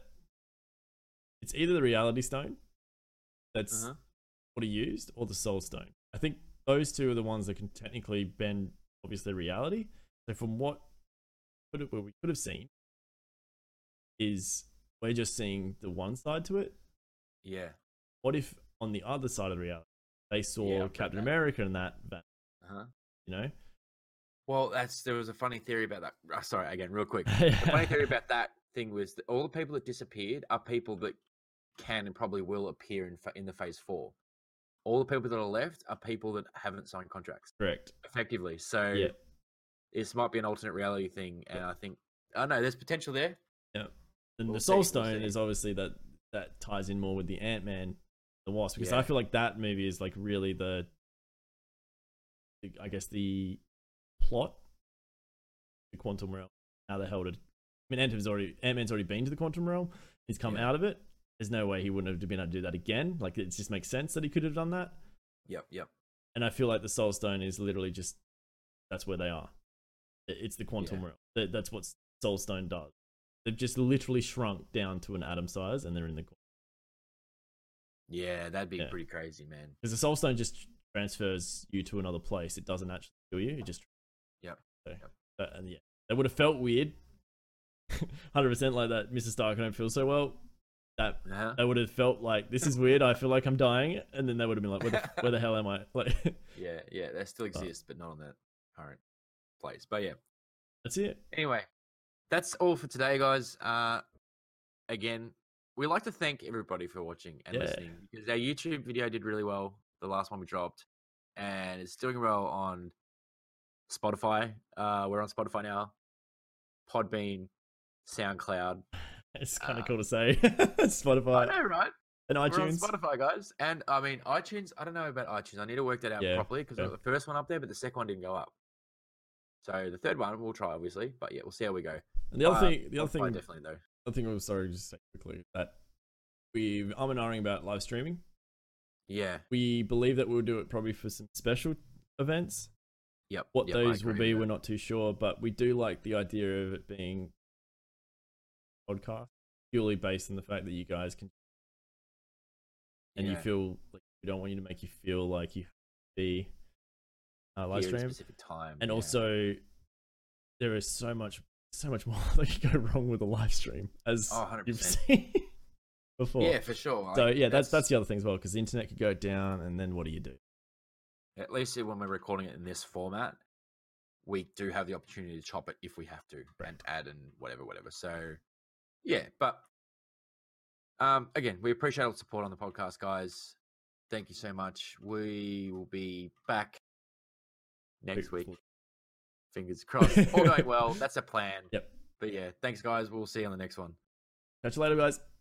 B: it's either the Reality Stone that's
A: uh-huh.
B: what he used, or the Soul Stone. I think those two are the ones that can technically bend obviously reality. So from what could have, what we could have seen is we're just seeing the one side to it.
A: yeah,
B: What if on the other side of reality they saw
A: Yeah, I've read
B: Captain
A: that.
B: America and that, van-
A: uh-huh.
B: you know?
A: Well, that's there was a funny theory about that. Uh, Sorry, again, real quick. The funny theory about that thing was that all the people that disappeared are people that can and probably will appear in fa- in the phase four. All the people that are left are people that haven't signed contracts
B: Correct.
A: effectively. So
B: Yeah.
A: this might be an alternate reality thing, and I think I don't know there's potential there.
B: And
A: We'll
B: the Soul
A: see, we'll
B: Stone
A: see.
B: is obviously that that ties in more with the Ant Man, the Wasp, because
A: Yeah.
B: I feel like that movie is like really the, the I guess the plot, the quantum realm. How the hell did? I mean, Ant Man's already Ant Man's already been to the quantum realm. He's come
A: Yeah.
B: out of it. There's no way he wouldn't have been able to do that again. Like it just makes sense that he could have done that.
A: Yep, yep,
B: And I feel like the Soul Stone is literally just that's where they are. It- It's the quantum
A: Yeah.
B: realm. That- That's what Soul Stone does. They've just literally shrunk down to an atom size, and they're in the
A: yeah, that'd be
B: Yeah.
A: pretty crazy, man.
B: because the Soul Stone just transfers you to another place. It doesn't actually kill you. It just
A: Yep.
B: So,
A: Yep.
B: but- and yeah, that would have felt weird. Hundred percent like that. Mrs. Stark, I don't feel so well. That
A: Uh-huh.
B: that would have felt like this is weird. I feel like I'm dying, and then they would have been like, "Where the, where the hell am I?" Like
A: Yeah, yeah, that still exists, but not on that current place. But yeah,
B: that's it.
A: anyway, that's all for today, guys. Uh, again, we like to thank everybody for watching and
B: Yeah.
A: listening because our YouTube video did really well. The last one we dropped, and it's doing well on Spotify. Uh, we're on Spotify now, Podbean, SoundCloud.
B: It's kind
A: Uh,
B: of cool to say.
A: I
B: Spotify
A: know, right?
B: and iTunes.
A: We're on Spotify, guys. And I mean, iTunes, I don't know about iTunes. I need to work that out
B: Yeah,
A: properly because
B: yeah.
A: the first one up there, but the second one didn't go up. So the third one we'll try, obviously. But yeah, we'll see how we go.
B: And the other
A: Uh,
B: thing, the other
A: Spotify
B: thing, the
A: definitely, though.
B: other thing, I'm sorry, just say quickly that we I'm and ahhing about live streaming.
A: Yeah.
B: We believe that we'll do it probably for some special events.
A: Yep.
B: What
A: yep, I
B: those will
A: agree
B: be,
A: with
B: we're
A: that.
B: not too sure, but we do like the idea of it being podcast purely based on the fact that you guys can and you
A: Yeah,
B: feel like we don't want you to make you feel like you have to be uh, live
A: here at a
B: stream.
A: specific time.
B: and
A: yeah.
B: also there is so much so much more that could go wrong with a live stream as
A: Oh,
B: you've
A: 100%.
B: seen before
A: Yeah, for sure. like,
B: so yeah that's that's the other thing as well because the internet could go down and then what do you do
A: At least when we're recording it in this format, we do have the opportunity to chop it if we have to and add and whatever, whatever. So, yeah, but um, again, we appreciate all the support on the podcast, guys. Thank you so much. We will be back next week. Fingers crossed. all going well. That's a plan.
B: Yep.
A: But yeah, thanks, guys. We'll see you on the next one.
B: catch you later guys